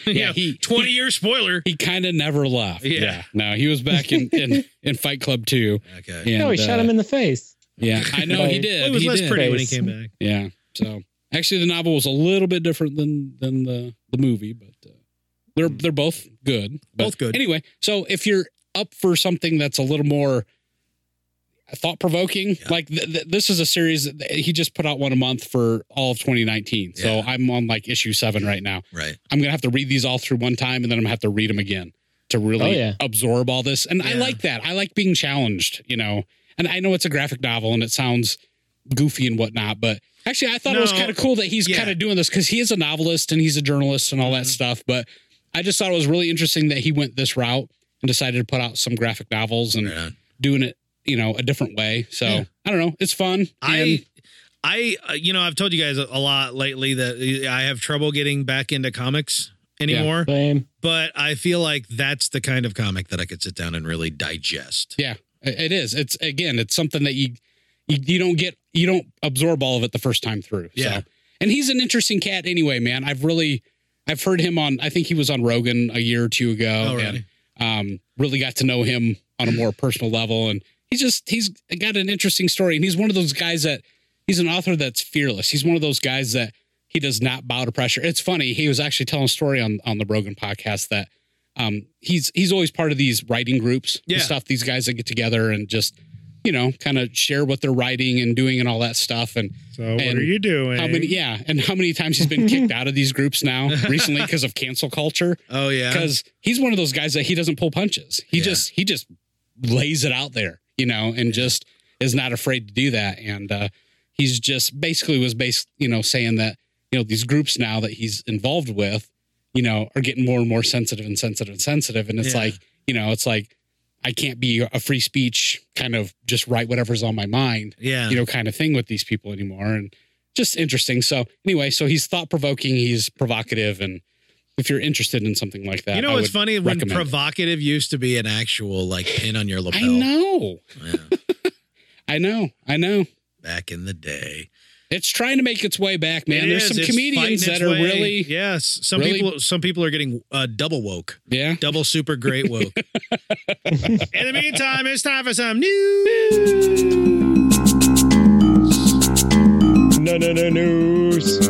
Yeah, he-
twenty year spoiler.
He kind of never left.
Yeah.
No, he was back in in, in Fight Club 2.
Okay,
And,
no, he shot him
uh,
in the face.
Yeah, I know he did.
it was
he
less
did.
pretty when he
Face.
came back.
Yeah. So actually, the novel was a little bit different than than the the movie, but uh, they're they're both good. But
Hmm. Both good.
Anyway, so if you're up for something that's a little more thought provoking, like th- th- this is a series that th- he just put out one a month for all of 2019.
Yeah.
So I'm on like issue seven right now.
Right.
I'm gonna have to read these all through one time, and then I'm gonna have to read them again to really
Oh, yeah.
absorb all this. And I
Yeah.
like that. I like being challenged, you know. And I know it's a graphic novel, and it sounds goofy and whatnot, but actually, I thought it was
No.
kind of cool that he's
Yeah. Mm-hmm.
kind of doing this because he is a novelist and he's a journalist and all that stuff. But I just thought it was really interesting that he went this route and decided to put out some graphic novels and
Right on.
doing it, you know, a different way. So
Yeah.
I don't know. It's fun.
I,
and-
I, uh, you know, I've told you guys a a lot lately that uh, I have trouble getting back into comics anymore.
Blame.
But I feel like that's the kind of comic that I could sit down and really digest.
Yeah, i- it is. It's again, it's something that you you, you don't get you don't absorb all of it the first time through.
Yeah.
So. And he's an interesting cat anyway, man. I've really I've heard him on I think he was on Rogan a year or two ago
Oh, really?
and um really got to know him on a more personal level and he's just he's got an interesting story and he's one of those guys that he's an author that's fearless. He's one of those guys that he does not bow to pressure. It's funny. He was actually telling a story on on the Rogan podcast that um he's he's always part of these writing groups
Yeah.
and stuff. These guys that get together and just you know kind of share what they're writing and doing and all that stuff. And
So what
And
are you doing?
how many? Yeah, and how many times he's been kicked out of these groups now recently because of cancel culture?
Oh yeah.
Because he's one of those guys that he doesn't pull punches. He
Yeah.
just he just lays it out there, you know, and just is not afraid to do that. And uh, he's just basically was based, you know, saying that you know these groups now that he's involved with, you know, are getting more and more sensitive and sensitive and sensitive. And it's
Yeah.
like you know, it's like I can't be a free speech kind of just write whatever's on my mind
Yeah.
you know, kind of thing with these people anymore. And just interesting. So anyway, so he's thought provoking, he's provocative, and if you're interested in something like that,
You know
I
what's
would
funny? When
recommend it.
provocative used to be an actual like pin on your lapel.
I know,
Yeah,
I know, I know.
back in the day.
It's trying to make its way back, man.
It
There's
is,
some
it's
comedians
fighting its
that are
way.
really,
yes. Some
really-
people some people are getting uh, double woke,
yeah.
double super great woke. in the meantime, it's time for some news.
No, no, no, news.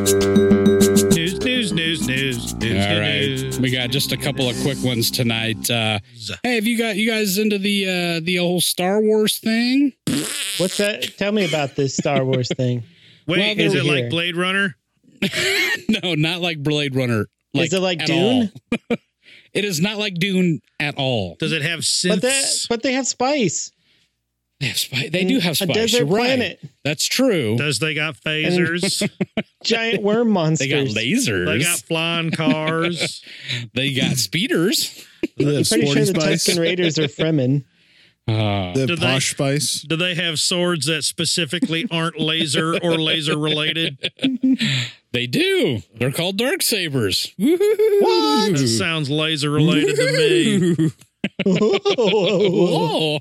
News, news, news, news, news,
All right,
news.
we got just a couple of quick ones tonight. Uh, hey, have you got you guys into the uh, the whole Star Wars thing?
What's that? Tell me about this Star Wars thing.
Wait,
Well,
is
they're
it like
here.
Blade Runner?
No, not like Blade Runner.
Is it like
at
Dune?
all. it is not like Dune at all.
Does it have
But that,
synths?
but they have spice.
They have spice. They do have spice.
A desert
You're right.
planet.
That's true.
Does they got phasers?
Giant worm
They got
monsters.
lasers.
they got flying cars.
they got speeders.
They
I'm
have
pretty sure
sporty
the
spice.
Tuscan Raiders are Fremen.
Uh,
They
Do
have
they-
posh spice.
Do they have swords that specifically aren't laser or laser related?
they do. They're called dark sabers.
That sounds laser related to me.
Whoa.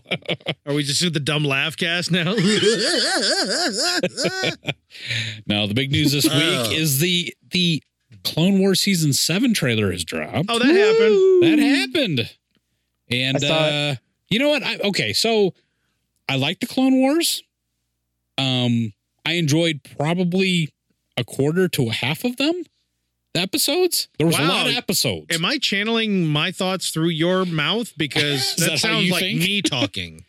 Are we just at the dumb laugh cast now? Oh,
Now the big news this week
Oh.
is the the Clone War season seven trailer has dropped.
oh, that happened.
that happened. And
I saw
uh you know what? I okay, so I like the Clone Wars. Um I enjoyed probably a quarter to a half of them. The episodes? There was a
Wow.
lot of episodes.
Am I channeling my thoughts through your mouth? Because
Is
that,
that how
sounds
you
like
think?
me talking.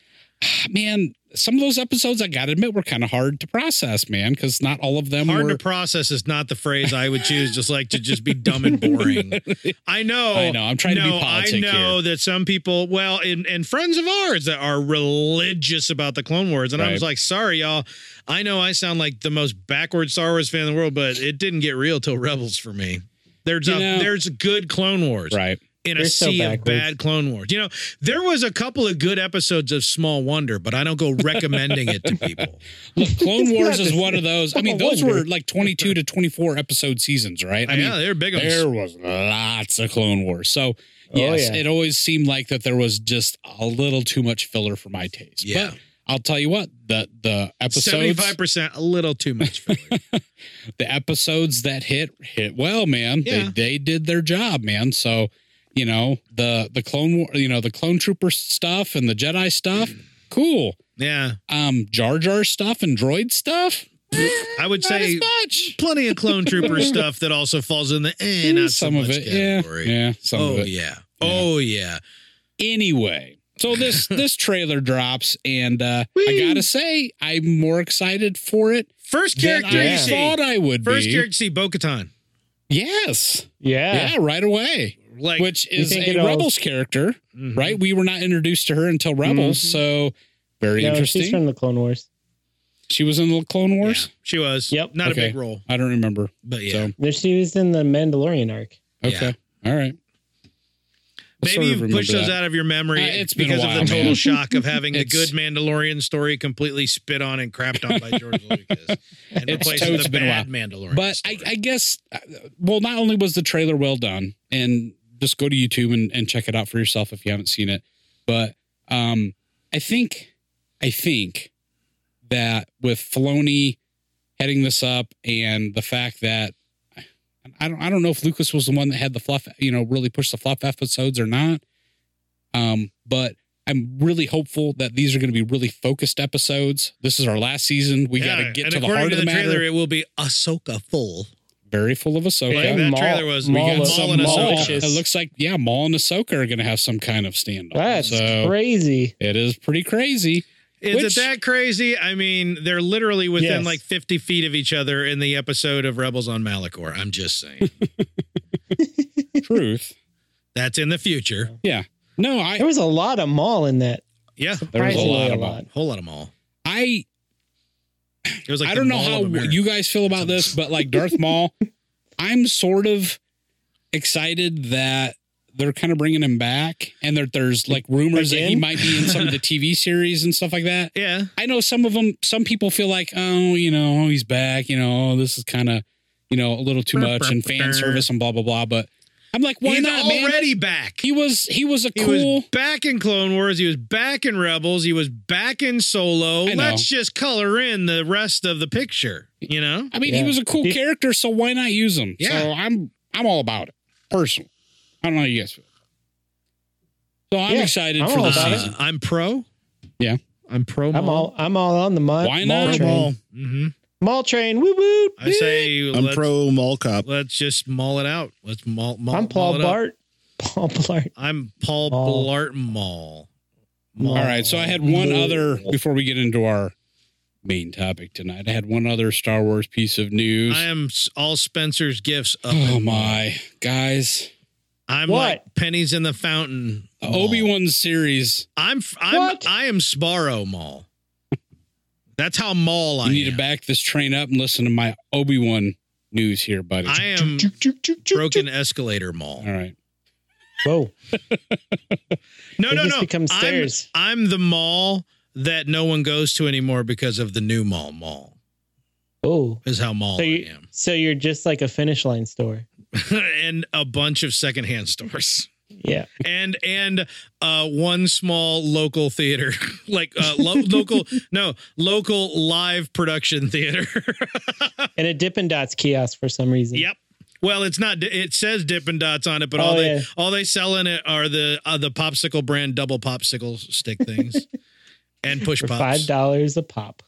man, some of those episodes I gotta admit were kind of hard to process, man, because not all of them
Hard
were
to process is not the phrase I would choose, just like to just be dumb and boring. I know.
I know, I'm trying to be
no, I
politic
know that some people, well, and, and friends of ours that are religious about the Clone Wars. And I was
Right.
like, sorry, y'all. I know I sound like the most backward Star Wars fan in the world, but it didn't get real till Rebels for me. There's
You
a,
know-
there's good Clone Wars.
right.
in a
You're so
sea of
backwards.
bad Clone Wars. You know, there was a couple of good episodes of Small Wonder, but I don't go recommending it to people.
Look, Clone
It's
Wars
not
is
the
one of those. I mean,
Small
those
Wonder.
were like 22 to 24 episode seasons, right? I mean,
yeah, they're big. ones.
there was lots of Clone Wars. So,
Oh,
yes,
yeah.
it always seemed like that there was just a little too much filler for my taste.
Yeah.
But I'll tell you what, the the episodes
Seventy-five percent, a little too much. filler.
the episodes that hit hit well, man.
Yeah.
They they did their job, man. So, you know, the the clone war, you know, the clone trooper stuff and the Jedi stuff,
Mm.
cool.
yeah,
Um Jar Jar stuff and droid stuff,
I would
not
say
as much.
plenty of Clone Trooper stuff that also falls in the eh, not so
Mm, some of
much
it, yeah.
category.
Yeah, some
oh
of it.
yeah. Oh yeah.
anyway so this this trailer drops and uh i gotta say i'm more excited for it
First
than
character
i
you see.
thought i would
First
be
character you see Bo-Katan.
yes yeah.
Yeah.
right away
Like
which
You
is
think Mm-hmm.
a
it'll-
rebels character
mhm.
right we were not introduced to her until rebels so very
Mm-hmm. No,
interesting
she's from the Clone Wars.
she was in the clone
Yeah,
wars
she was.
Yep.
Not a
Okay.
big role,
i don't remember
but yeah.
so
No, She was in the Mandalorian arc.
okay all right I
Maybe
sort of
you've pushed
remember
those
that.
out of your memory.
Uh, it's been a
because
while,
of the total
man.
shock of having the
It's-
good Mandalorian story completely spit on and crapped on by George Lucas and
It's
replaced with
totes
the
been a
bad Mandalorian.
but I,
story.
I guess uh, well not only was the trailer well done and just go to youtube and, and check it out for yourself if you haven't seen it but um i think i think that with Filoni heading this up and the fact that i don't i don't know if lucas was the one that had the fluff you know really pushed the fluff episodes or not um but I'm really hopeful that these are going to be really focused episodes. This is our last season. We
Yeah,
got to get
and
to the
according
heart of the, matter.
trailer. It will be Ahsoka full.
Very full of Ahsoka.
Like that
Maul-
trailer was.
Maul
we got
is-
Maul and
Maul
Ahsoka.
is just-
It looks like yeah, Maul and Ahsoka are going to have some kind of standoff.
That's
so
crazy.
it is pretty crazy.
Is
Which-
it that crazy? I mean, they're literally within
Yes.
like 50 feet of each other in the episode of Rebels on Malachor. I'm just saying.
Truth.
That's in the future.
No, I
There was a lot of Maul in that.
Yeah.
there was a
Surprisingly
lot of Maul.
Whole lot of Maul.
I
It was like
I
the
don't know
Maul
how
of America.
you guys feel about this, but like Darth Maul, I'm sort of excited that they're kind of bringing him back and that there's like rumors that he
Again?
might be in some of the TV series and stuff like that.
Yeah.
I know some of them, some people feel like, oh, you know, oh, he's back, you know, oh, this is kind of, you know, a little too much and fan service and blah, blah, blah. But I'm like, why
He's
not, man?
already back.
He was, he was a
He
cool.
was back in Clone Wars. He was back in Rebels. He was back in Solo.
I know.
Let's just color in the rest of the picture, you know?
I mean,
Yeah.
he was a cool
He-
character, so why not use him?
Yeah.
So I'm, I'm all about it personally. I don't know how you guys feel. So I'm
Yeah,
excited
I'm
for
all
the
about it.
season.
Uh, I'm pro.
Yeah.
I'm pro
I'm all I'm all on the Maul,
Why
Maul
not?
train.
Maul. Mhm.
Maul train. Woo woo.
I say
I'm
let's,
pro mall cop.
let's just maul it out. Let's maul, maul
I'm Paul
maul it up.
Bart. Paul Blart.
I'm Paul
Maul.
Blart Maul.
All right. So I had one other before we get into our main topic tonight. I had one other Star Wars piece of news.
I am s- all Spencer's gifts up.
oh my guys.
I'm
What?
like pennies in the fountain.
The
Maul.
Obi Wan series.
I'm f- I'm
What?
I am Sparrow Maul. That's how Maul I
You need
am.
to back this train up and listen to my Obi Wan news here, buddy.
I am broken escalator Maul.
All right.
Whoa.
No,
They
no,
just
no.
become
I'm-
stairs.
I'm, the Maul that no one goes to anymore because of the new Maul. Maul
Oh.
is how Maul
So
I
you
am,
so you're just like a finish line store.
and a bunch of secondhand stores.
Yeah.
and and uh one small local theater like uh lo- local no local live production theater
And a Dippin' Dots kiosk for some reason.
yep well it's not it says dippin' dots on it but all
Oh,
they
yeah.
all they sell in it are the uh, the popsicle brand double popsicle stick things and push
For
pops
five dollars a pop.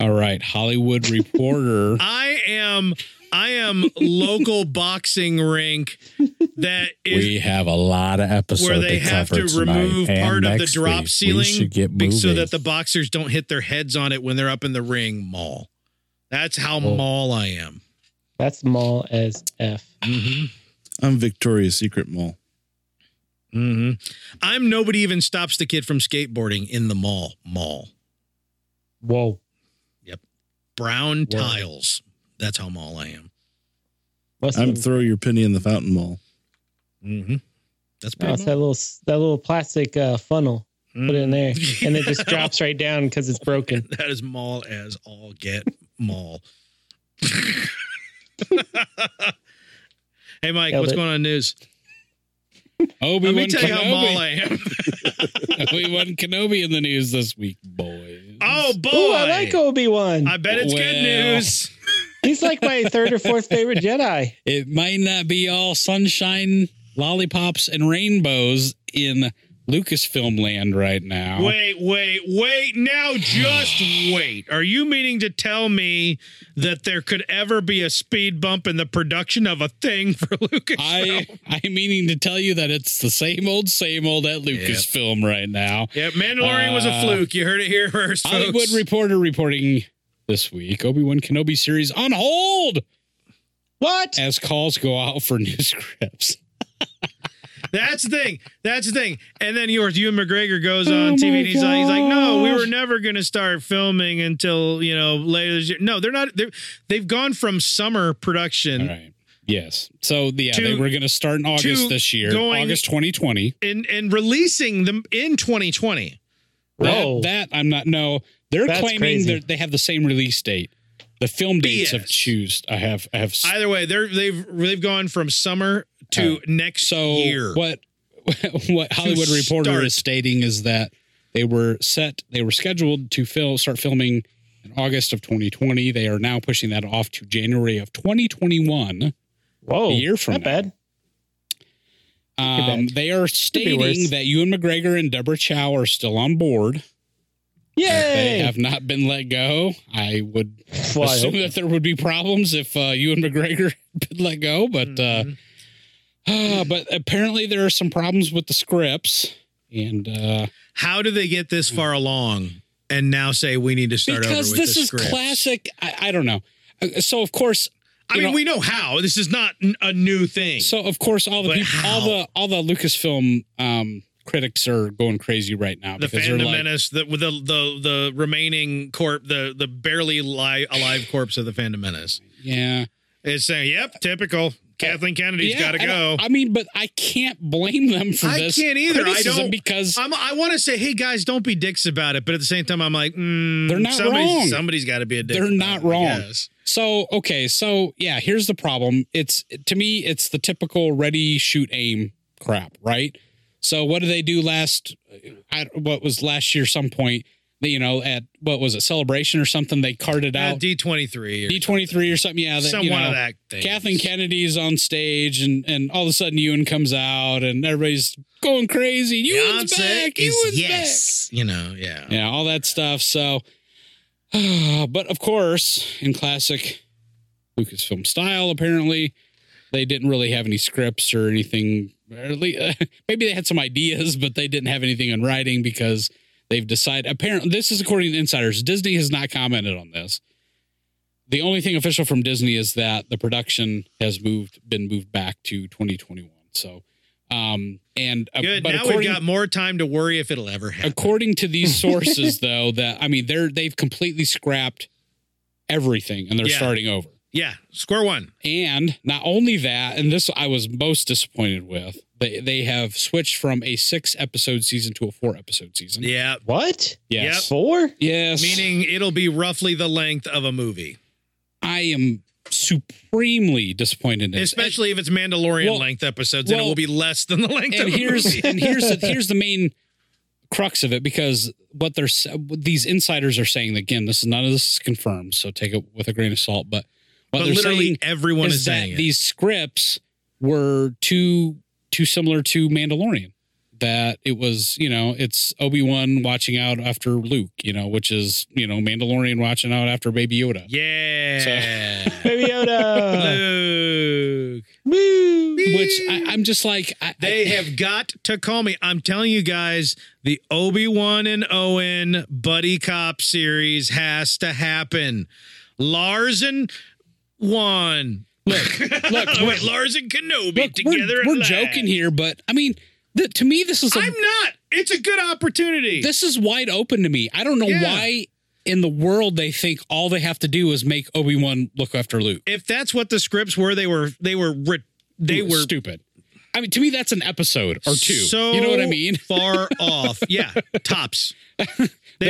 All right. Hollywood Reporter.
i am i am local boxing rink that is
we have a lot of episodes
where
to
they have
cover
to
tonight
remove
and
part of the
next
drop
week.
ceiling
We should get
be-
moving.
so that the boxers don't hit their heads on it when they're up in the ring maul that's how
Oh.
maul i am
That's Maul as F.
mm-hmm.
I'm Victoria's Secret Mall.
Mm-hmm. i'm nobody even stops the kid from skateboarding in the mall mall
Whoa.
brown tiles that's how maul i am
What's
I'm
the-
throw your penny in the fountain mall.
Mm-hmm.
hmm That's
Oh,
pretty.
it's that little that little plastic uh, funnel put it in there, and it just drops right down because it's broken.
That is mall as all get mall. hey, Mike,
Nailed
what's
it.
going on in news?
Obi
Let me
Wan
tell you how mall
Kenobi.
I am.
Obi Wan Kenobi in the news this week, boys.
Oh boy!
Oh, I like Obi Wan.
I bet it's good
Well.
news.
He's like my third or fourth favorite Jedi.
it might not be all sunshine, lollipops, and rainbows in Lucasfilm land right now.
Wait, wait, wait. Now just wait. Are you meaning to tell me that there could ever be a speed bump in the production of a thing for Lucasfilm?
I I'm meaning to tell you that it's the same old, same old at Lucasfilm right now.
yeah, Mandalorian was a
Uh,
fluke. You heard it here first.
Hollywood
folks.
Reporter reporting this week Obi Wan Kenobi series on hold
What?
as calls go out for new scripts.
That's the thing. That's the thing. And then yours, Ewan McGregor goes
Oh
on TV
my
and he's like, he's like, no, we
gosh.
were never going to start filming until, you know, later this year. No, they're not. They're, they've gone from summer
All
production
right. Yes. So yeah,
To-
they were going to start in
to
August this year,
going-
August 2020.
and, and releasing them in 2020.
Whoa.
That, that I'm not. No, they're
That's
claiming
crazy.
that they have the same release date. The film dates have
BS.
choose. I have. I have. s-
Either way, they're, they've they've gone from summer to
Oh.
next
so
year.
what? What Hollywood Reporter
start.
is stating is that they were set. They were scheduled to fill start filming in August of 2020. They are now pushing that off to January of 2021.
Whoa.
A year from
not
now.
bad.
Um,
bad.
they are
worse.
stating that Ewan McGregor and Deborah Chow are still on board. They
Yay.
have not been let go. I would
Well, I
assume
hope-
that there would be problems if uh, Ewan McGregor had been let go, but uh,
Mm-hmm.
uh, but apparently there are some problems with the scripts, and uh,
How do they get this far along and now say we need to start
because
over with
this
the
is
scripts?
classic, I, I don't know. Uh, So of course,
I
you
mean,
know-
we know how. This is not n- a new thing.
so of course, all the
But
people, all the all the Lucasfilm um, critics are going crazy right now
the
because they're
Phantom
like,
Menace, the, the the the remaining corp, the the barely li- alive corpse of the Phantom Menace,
yeah.
is saying, "Yep, typical. Kathleen Kennedy's
Yeah,
got to
I
go."
don't- I mean, but I can't blame them for
I
this.
can't either. I
criticism
don't-
because
I'm, I want to say, "Hey guys, don't be dicks about it," but at the same time, I'm like, mm,
They're not
somebody's,
wrong.
Somebody's got to be a dick.
They're
about
not
it, I
wrong.
guess.
so okay. So yeah, here's the problem. It's to me, it's the typical ready, shoot, aim crap, right? So what did they do last? I, what was last year? Some point, they- you know, at what was it? Celebration or something? They carted
Uh,
out
D23 or
D twenty three or something. Yeah, that,
some
you
one
know,
of that thing.
Kathleen Kennedy's on stage, and and all of a sudden Ewan comes out, and everybody's going crazy. Ewan's
Beyonce
back.
is
Ewan's back.
yes. You know, yeah.
yeah, all that stuff. So, but of course, in classic Lucasfilm style, apparently they didn't really have any scripts or anything. Or at least, maybe they had some ideas, but they didn't have anything in writing because they've decided. Apparently, this is according to insiders. Disney has not commented on this. The only thing official from Disney is that the production has moved, been moved back to 2021. So, um, and uh,
Good.
but
now we've
according-
got more time to worry if it'll ever happen.
according to these sources though that i mean they're they've completely scrapped everything and they're
Yeah.
starting over
Yeah, square one.
and not only that and this i was most disappointed with they they have switched from a six episode season to a four episode season
Yeah,
What?
yes
Four?
yes
meaning it'll be roughly the length of a movie,
i am supremely disappointed in this.
especially if it's Mandalorian
Well-
length episodes, and it
well-
will be less than the length
and
of a
here's
movie.
and here's the, here's the main crux of it because what they're s- what these insiders are saying again this is none of this is confirmed so take it with a grain of salt but what
But
they're
literally
saying
everyone is,
is that
saying it.
these scripts were too too similar to Mandalorian. That it was, you know, it's Obi Wan watching out after Luke, you know, which is, you know, Mandalorian watching out after Baby Yoda.
yeah.
Baby Yoda.
Luke.
Woo.
Which I, I'm just like, I,
They
I-
have got to call me. I'm telling you guys, the Obi Wan and Owen buddy cop series has to happen. Larson one.
look, look,
Oh, wait, Larson Kenobi
look,
together.
we're,
at
we're
last.
joking here, but I mean, the, to me, this is a,
I'm not. It's a good opportunity.
this is wide open to me. I don't know
Yeah.
why in the world they think all they have to do is make Obi Wan look after Luke.
if that's what the scripts were, they were they were re- they were
stupid. I mean, to me, that's an episode or Oh, two.
So
you know what I mean?
far off. Yeah, tops. They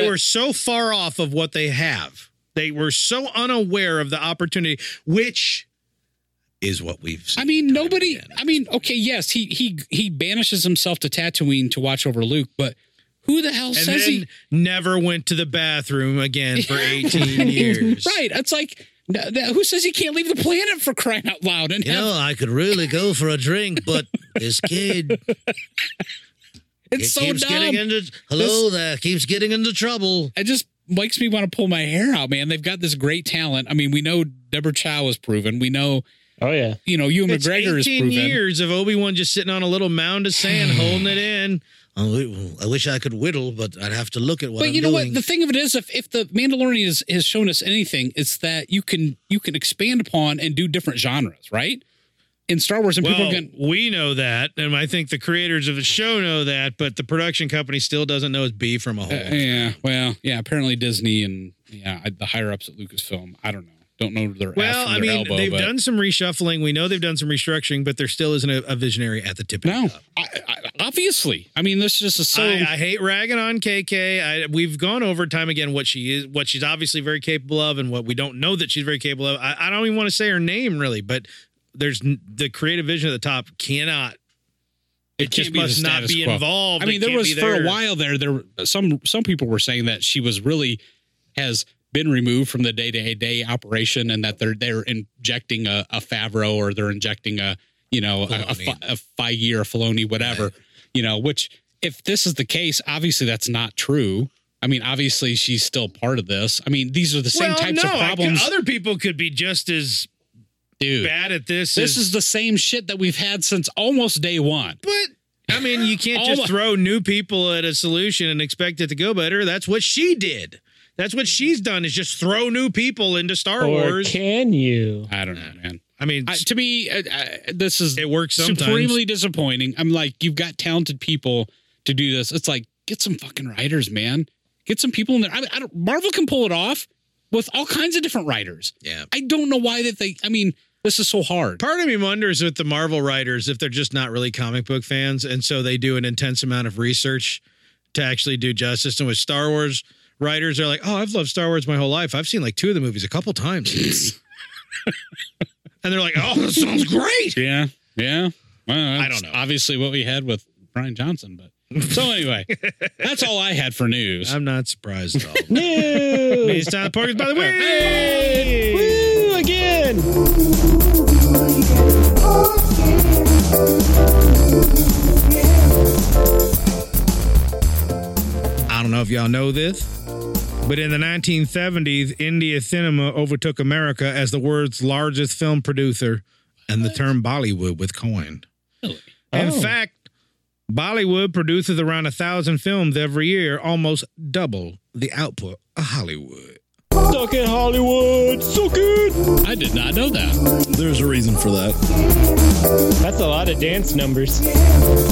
But-
were so far off of what they have. They were so unaware of the opportunity, which is what we've seen.
I mean,
time
nobody.
again.
I mean, okay, yes, he he he banishes himself to Tatooine to watch over Luke, but who the hell
and then
says he?
never went to the bathroom again for 18 years.
Right? It's like no, that- who says he can't leave the planet for crying out loud? And
You
have-
know, I could really go for a drink, but this kid
it's so
keeps
dumb.
getting into hello there, keeps getting into trouble.
it just makes me want to pull my hair out, man. They've got this great talent. I mean, we know Deborah Chow is proven. We know
Oh yeah.
you know Ewan
It's
McGregor is
18
proven.
years of Obi Wan just sitting on a little mound of sand, holding it in.
Oh, I wish I could whittle, but I'd have to look at what
But
I'm
you know
doing.
what? The thing of it is, if, if the Mandalorian is, has shown us anything, it's that you can you can expand upon and do different genres, right? In Star Wars, and people
Well,
are going,
we know that, and I think the creators of the show know that, but the production company still doesn't know it's B from a hole.
Uh, yeah, well, yeah. Apparently, Disney and yeah, I, the higher ups at Lucasfilm. I don't know. Don't know their ass
well,
from
I
their
mean,
elbow,
they've
but
done some reshuffling. We know they've done some restructuring, but there still isn't a, a visionary at the tip. of
no.
the cup.
I, I, obviously, I mean, this is just a so.
I, I hate ragging on KK. I, we've gone over time again what she is, what she's obviously very capable of, and what we don't know that she's very capable of. I, I don't even want to say her name really, but there's n- the creative vision at the top cannot. It,
can't
just
be the
must not
status
be
quo.
involved.
I
It
mean, there
can't
was
be
for a
there.
while there. There some some people were saying that she was really has been removed from the day to day operation, and that they're they're injecting a, a Favreau or they're injecting a you know a, a, Fe- a Feige or a Filoni, whatever you know. Which if this is the case, obviously that's not true. I mean, obviously she's still part of this. I mean, these are the same
well,
types
no,
of
I could-
problems,
other people could be just as
dude.
bad at this.
This
as,
is the same shit that we've had since almost day one.
but I mean, you can't just
Almo-
throw new people at a solution and expect it to go better. That's what she did. That's what she's done is just throw new people into Star
Or
Wars.
can you?
I don't know, man.
I mean,
I, to me, uh, uh, this is
it works sometimes.
supremely disappointing. I'm like, you've got talented people to do this. It's like, get some fucking writers, man. Get some people in there. I, I don't, Marvel can pull it off with all kinds of different writers.
yeah.
I don't know why that they. I mean, this is so hard.
Part of me wonders with the Marvel writers if they're just not really comic book fans, and so they do an intense amount of research to actually do justice. And with Star Wars writers, they're like, "Oh, I've loved Star Wars my whole life. I've seen like two of the movies a couple times." and they're like, "Oh, that sounds great."
Yeah, yeah. Well,
I
that's
don't know.
Obviously, what we had with Brian Johnson, but so anyway, that's all I had for news.
I'm not surprised at all.
No.
it's time Parkers by the way.
Woo, again.
I don't know if y'all know this, but in the 1970s, India cinema overtook America as the world's largest film producer, and the term Bollywood was coined. In
Oh.
fact, Bollywood produces around a thousand films every year, almost double the output of Hollywood.
Suck it, Hollywood. Suck it.
I did not know that.
There's a reason for that.
That's a lot of dance numbers.
That's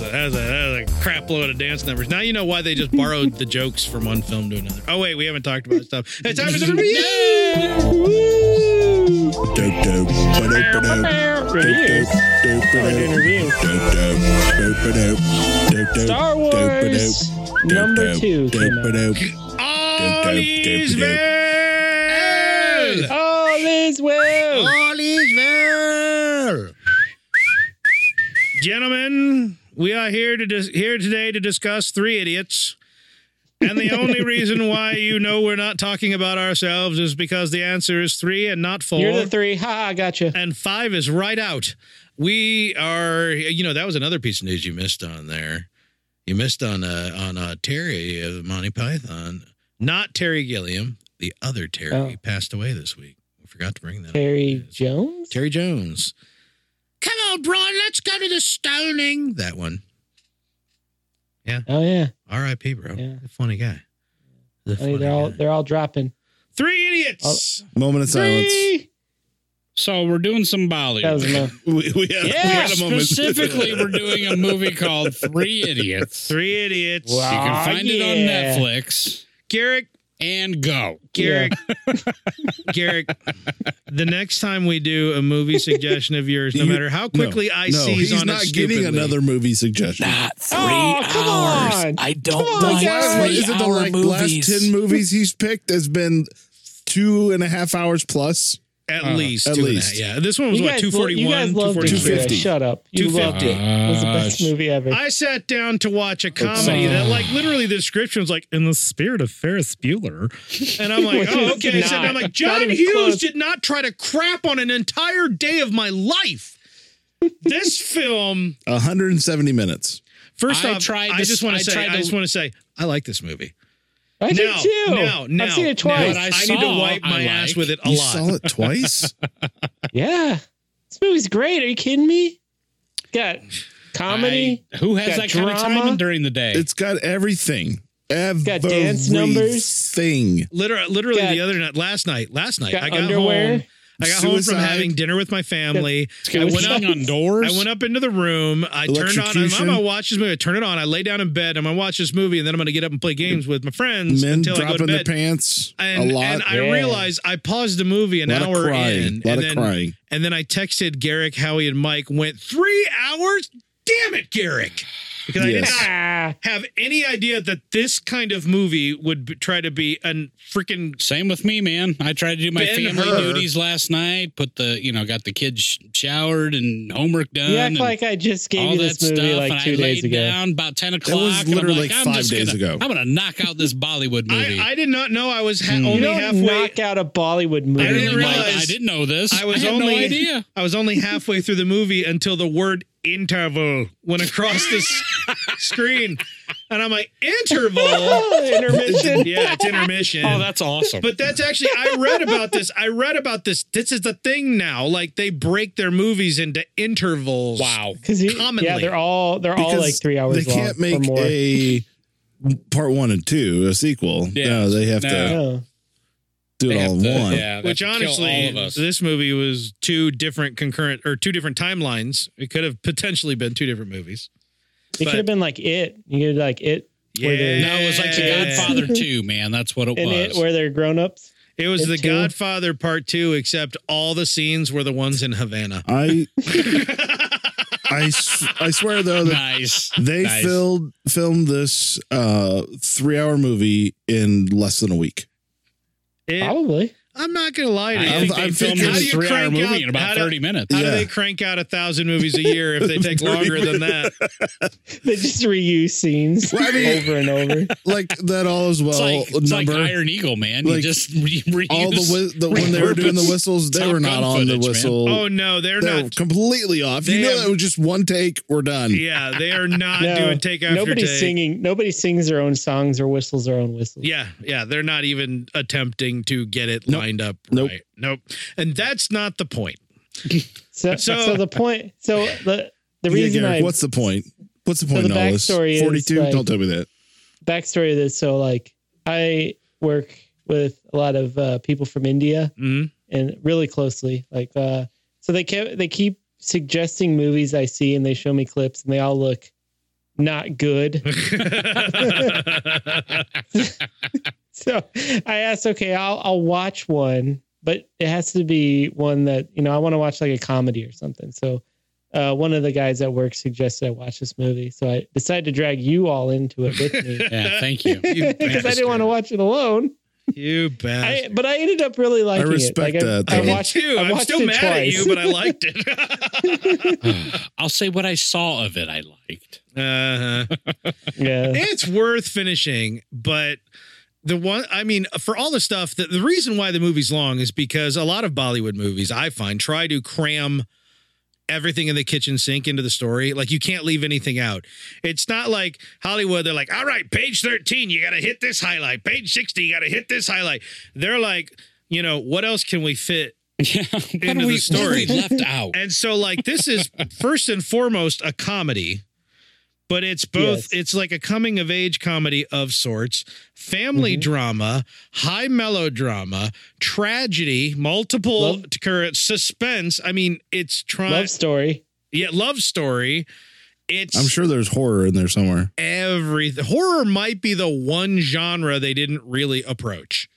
a, that's a, that's a crap load of dance numbers. Now you know why they just borrowed the jokes from one film to another. Oh wait, we haven't talked about stuff. It's time for some
Dope, dope, ba-dope, ba-dope.
Reviews.
Dope, dope,
We're
ba-dope.
doing reviews.
Dope, dope, dope, ba-dope. Dope, dope,
Star
dope, ba-dope.
Wars number
Dope,
two
dope, dope,
came out.
ba-dope.
all is
dope, dope.
well.
All is well.
All is well. Gentlemen, we are here to dis- here today to discuss three idiots. And the only reason why you know we're not talking about ourselves is because the answer is three and not 4
You're the three. Ha, ha, gotcha.
and five is right out. We are, you know, that was another piece of news you missed on there. You missed on uh, on uh, Terry of Monty Python, not Terry Gilliam, the other Terry
Oh.
passed away this week. We forgot to bring that. up.
Terry
Yes.
Jones?
Terry Jones. Come on, Brian, let's go to the stoning. That one.
Oh, yeah.
R.I.P. Bro,
Yeah.
funny guy. The
I mean,
funny
they're, all,
guy.
they're all dropping.
Three idiots.
Moment of silence.
Three.
So we're doing some Bollywood.
That was enough.
We, we had, we
Yeah,
had a moment.
specifically, we're doing a movie called Three Idiots.
Three idiots.
Wow.
You can
Aw,
find it on
yeah.
Netflix.
Garrick,
and go.
Garrick, Garrick, the next time we do a movie suggestion of yours, no
You-
matter how quickly I
no,
see
he's
on
not
it
getting
stupidly-
another movie suggestion.
Not three
Oh, come
hours.
on.
I don't
Come on,
like
guys.
three
Is it the
hour
like last
movies.
ten movies he's picked has been two and a half hours plus?
at
Uh,
least,
at
two and a half,
least.
yeah. This one was
you
what
guys,
two forty
you
one,
guys
two
loved
forty
Big
two.
Hero.
250.
Shut up. You loved it. It was the best
Uh,
movie ever.
I sat down to watch a comedy
It's, uh,
that, like, literally the description was like, in the spirit of Ferris Bueller. And I'm like,
Which
oh,
is
okay. So
not-
I'm like,
not
John
even
Hughes
close.
did not try to crap on an entire day of my life. This film,
hundred and seventy minutes.
first
I
off,
tried
I
to-
just want
I
to say,
tried
I
to-
just want to say, I like this movie.
I did
Now,
too.
now, now,
I've seen it
now,
twice.
I
I, need to
saw,
wipe
I
my ass
like.
with it a
you
lot.
saw it twice.
Yeah. This movie's great. Are you kidding me? Got comedy.
I- who has
Got
that kind of
drama.
time during the day?
it's got everything. Everything.
got dance numbers.
Thing.
Literally, literally
Got-
the other night, last night, last night,
got
I got
underwear.
home. I got home from
Suicide.
having dinner with my family. I
It's
went up
knocking on doors.
I went up into the room. I turned on. I'm,
Electrocution.
I'm gonna watch this movie. I turn it on. I lay down in bed. I'm gonna watch this movie, and then I'm gonna get up and play games with my friends
Men
until I go to
dropping their
bed.
pants.
and,
a lot.
and I
Yeah.
realized I paused the movie an
lot of
hour
crying.
in,
a lot
and
of
then
crying.
and then I texted Garrick, Howie, and Mike. Went three hours. Damn it, Garrick, because I did
Yes.
not
Ah,
have any idea that this kind of movie would b- try to be an freaking.
Same with me, man. I tried to do my
Ben
family
Hur.
duties last night. Put the you know got the kids sh- showered and homework done.
you act
and
like I just gave
all
you
that
this movie
stuff.
like
and
two
I
days
laid
ago.
down about ten o'clock.
was
and I'm
literally
like,
like
I'm
five
just
days
gonna,
ago.
I'm gonna knock out this Bollywood movie.
I, I did not know I was ha-
Hmm. You
You
only
don't
halfway.
knock out a Bollywood movie.
I didn't
Really, Mike,
realize-
I didn't know this.
I was
had
only
no idea.
I was only halfway through the movie until the word interval went across the s- screen, and I'm like interval.
Intermission.
yeah, it's intermission.
Oh, that's awesome.
but that's actually I read about this. I read about this. This is the thing now. Like they break their movies into intervals.
wow.
Because
Commonly.
yeah, they're all they're all like three hours.
They can't
long or
make
more.
a part one and two a sequel.
Yeah.
No, they have to
No.
No.
do it
They
all
have
in
to-
one.
yeah, they
Which
have to kill
honestly,
all of us.
this movie was two different concurrent or two different timelines. It could have potentially been two different movies.
It
But-
could have been like it. You could have like it Where they-
no, it was like The
Yeah.
Godfather Two, man. That's what it
and
was.
it where they're grown ups.
It was
It
The
too.
Godfather Part Two, except all the scenes were the ones in Havana.
I, I, s- I swear though that
nice.
they
Nice.
filled filmed this uh three hour movie in less than a week.
It-
Probably.
I'm not gonna lie to you.
I think
I'm
they filmed
thinking- How
this
do
you
three-hour
crank
movie
out-
in
how
about
do-
thirty minutes.
How do
Yeah.
they crank out a thousand movies a year if they take longer than that?
They just reuse scenes
Well, I mean-
over and over.
Like that all as well.
It's like, it's like
number
Iron Eagle, man.
Like,
you just re- reuse
all the, whis- the when they were doing the
repurpose
whistles, they
Top
were not
Gun
on
footage,
the
man.
whistle.
Oh no, they're
They're
not.
completely off.
They
you know
have-
that was just one take. We're done.
Yeah, they are not
No,
doing take after
Nobody's
take.
singing. Nobody sings their own songs or whistles their own whistles.
Yeah, yeah, they're not even attempting to get it
Nope.
lined up
Nope.
right. Nope, and that's not the point.
So,
So-
so, the point. So the the
Yeah,
reason
Garrick,
I
what's the point? What's the point
the
in all this?
backstory is,
Forty-two.
like-
Don't tell me that.
backstory of this. So like I work with a lot of uh, people from India
Mhm.
and really closely. Like uh, so they kept they keep suggesting movies I see and they show me clips and they all look not good. so I asked, okay, I'll I'll watch one, but it has to be one that you know I want to watch like a comedy or something. So uh, one of the guys at work suggested I watch this movie, so I decided to drag you all into it with me
Yeah, thank you.
You
because I
bastard.
didn't want to watch it alone.
you bastard.
I, but I ended up really liking
respect
it.
that,
I,
though.
I
I watched,
did too.
I
I'm
watched
still
it
mad at
twice.
you, but I liked it.
I'll say what I saw of it. I liked.
uh-huh.
yeah.
it's worth finishing, but the one I mean, for all the stuff that the reason why the movie's long is because a lot of Bollywood movies I find try to cram everything in the kitchen sink into the story. Like you can't leave anything out. It's not like Hollywood, they're like, all right, page 13, you gotta hit this highlight. Page 60, you gotta hit this highlight. They're like, you know, what else can we fit
Yeah, what
Into
are
the
we,
story.
What are we left out.
and so like this is first and foremost a comedy, but it's both
Yes.
it's like a coming of age comedy of sorts, family
Mm-hmm.
drama, high melodrama, tragedy, multiple
Love-
current suspense. I mean, it's trying
Love story.
yeah, love story. It's
I'm sure there's horror in there somewhere.
everything. Horror might be the one genre they didn't really approach.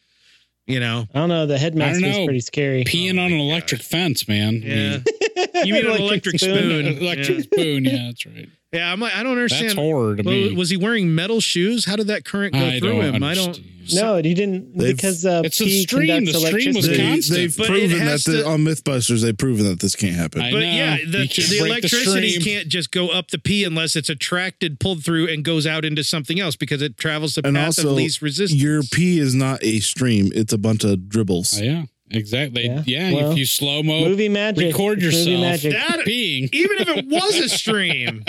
You know,
I don't know. The headmaster is
know.
pretty scary.
Peeing on an electric fence, man.
yeah. You mean an electric spoon?
Electric
Yeah.
spoon. Yeah, that's right.
Yeah, I'm like, I don't
That's
understand.
horror to
Well,
me.
was he wearing metal shoes? How did that current go
I
through
don't
him? I
understand.
don't.
No, he didn't
They've-
because uh,
It's a
P
stream.
conducts
The stream was
electricity.
gone.
They,
Constant.
they've
But it
proven that
has
the,
to-
on MythBusters, they've proven that this can't happen.
I
But
know.
yeah, the,
You can't
the
break
electricity
stream.
can't just go up the P unless it's attracted, pulled through, and goes out into something else because it travels the
And
path
also,
of least resistance.
Your P is not a stream; it's a bunch of dribbles.
Oh, yeah, exactly. Yeah,
Yeah. Well,
if you slow mo
Movie magic.
record
It's
yourself.
Movie magic.
That-
being,
even if it was a stream,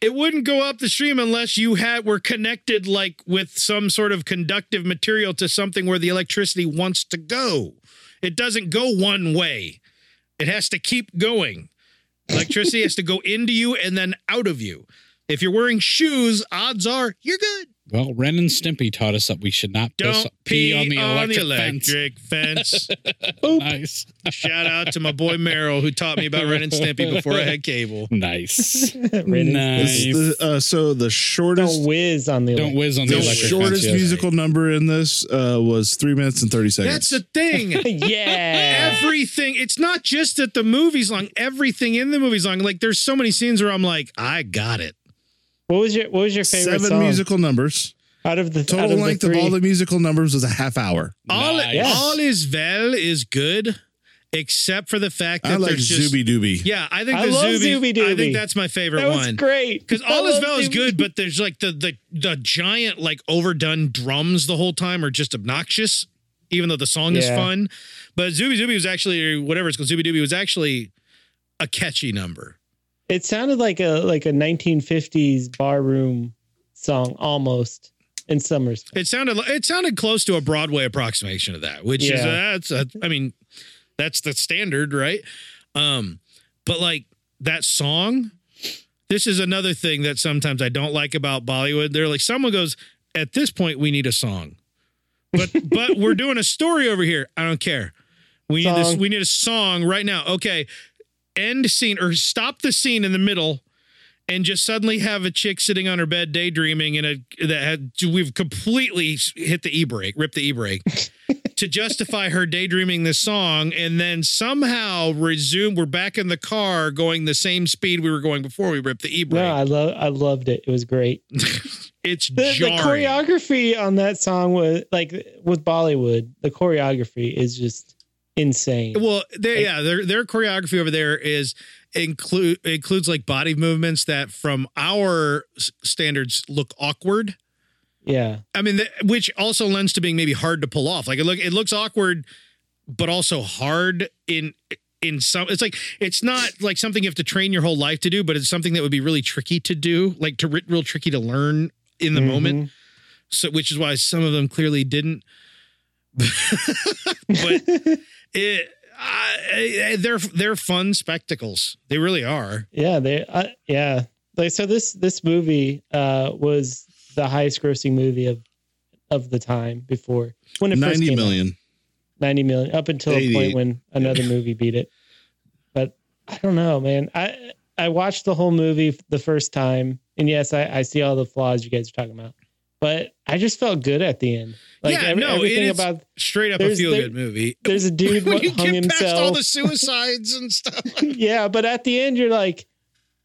it wouldn't go up the stream unless you had were connected like with some sort of conductive material to something where the electricity wants to go. It doesn't go one way. It has to keep going. Electricity has to go into you and then out of you. If you're wearing shoes, odds are you're good.
well, Ren and Stimpy taught us that we should not piss,
Don't
pee on the electric, fence.
electric fence.
Nice,
Shout out to my boy Merrill who taught me about Ren and Stimpy before I had cable.
nice,
Ren and
This-
nice.
the- uh, so the
Don't
shortest,
whiz on the.
Don't
elect-
whiz on the,
the
electric
shortest
fence. yes.
musical number in this uh, was three minutes and thirty seconds.
That's the thing.
yeah.
everything. It's not just that the movie's long. Everything in the movie's long. Like there's so many scenes where I'm like, I got it.
What was your What was your favorite
seven
song?
musical numbers.
out of the out
Total
of
length
the
of
three?
all the musical numbers was a half hour.
All
Nice.
all is well is good, except for the fact that
I like
there's just
Zooby Dooby.
yeah. I think
I
the
love
Zuby.
Zooby
I
Dooby.
think that's my favorite
That was
one.
great.
Because
I
all is
love
well is
Zooby
good, but there's like the the the giant like overdone drums the whole time are just obnoxious, even though the song is
Yeah.
fun. But Zooby Zooby was actually or whatever it's called. Zooby Dooby was actually a catchy number.
It sounded like a like a 1950s barroom song almost in some respects.
It sounded li- it sounded close to a Broadway approximation of that, which is
Yeah.
that's uh, I mean that's the standard, right? Um, but like that song, this is another thing that sometimes I don't like about Bollywood. They're like someone goes at this point we need a song, but but we're doing a story over here. I don't care. We need this.
Song.
We need a song right now. Okay, end scene or stop the scene in the middle and just suddenly have a chick sitting on her bed daydreaming and a that had, we've completely hit the e brake, ripped the e brake to justify her daydreaming this song, and then somehow resume. We're back in the car going the same speed we were going before we ripped the e brake.
No, I love I loved it. It was great.
it's
The, the
jarring.
choreography on that song was like with Bollywood. The choreography is just insane.
Well, they, yeah, their their choreography over there is include includes like body movements that from our s- standards look awkward.
yeah,
I mean, th- which also lends to being maybe hard to pull off. Like it look, it looks awkward, but also hard in in some. It's like it's not like something you have to train your whole life to do, but it's something that would be really tricky to do, like to re- real tricky to learn in
Mm-hmm.
the moment. So, which is why some of them clearly didn't. but it, I, I, they're they're fun spectacles. They really are.
Yeah, they I yeah. Like so this this movie uh was the highest grossing movie of of the time before when it first
ninety
came
million.
out, 90 million up until a
88.
point when another movie beat it. But I don't know, man. I I watched the whole movie the first time and yes, I I see all the flaws you guys are talking about. But I just felt good at the end. Like
Yeah,
every-
no, it
everything
is-
about
Straight up a
There's-
feel
there-
good movie.
there's a dude
when you
who hung
get past all
himself.
the suicides and stuff.
yeah, but at the end you're like,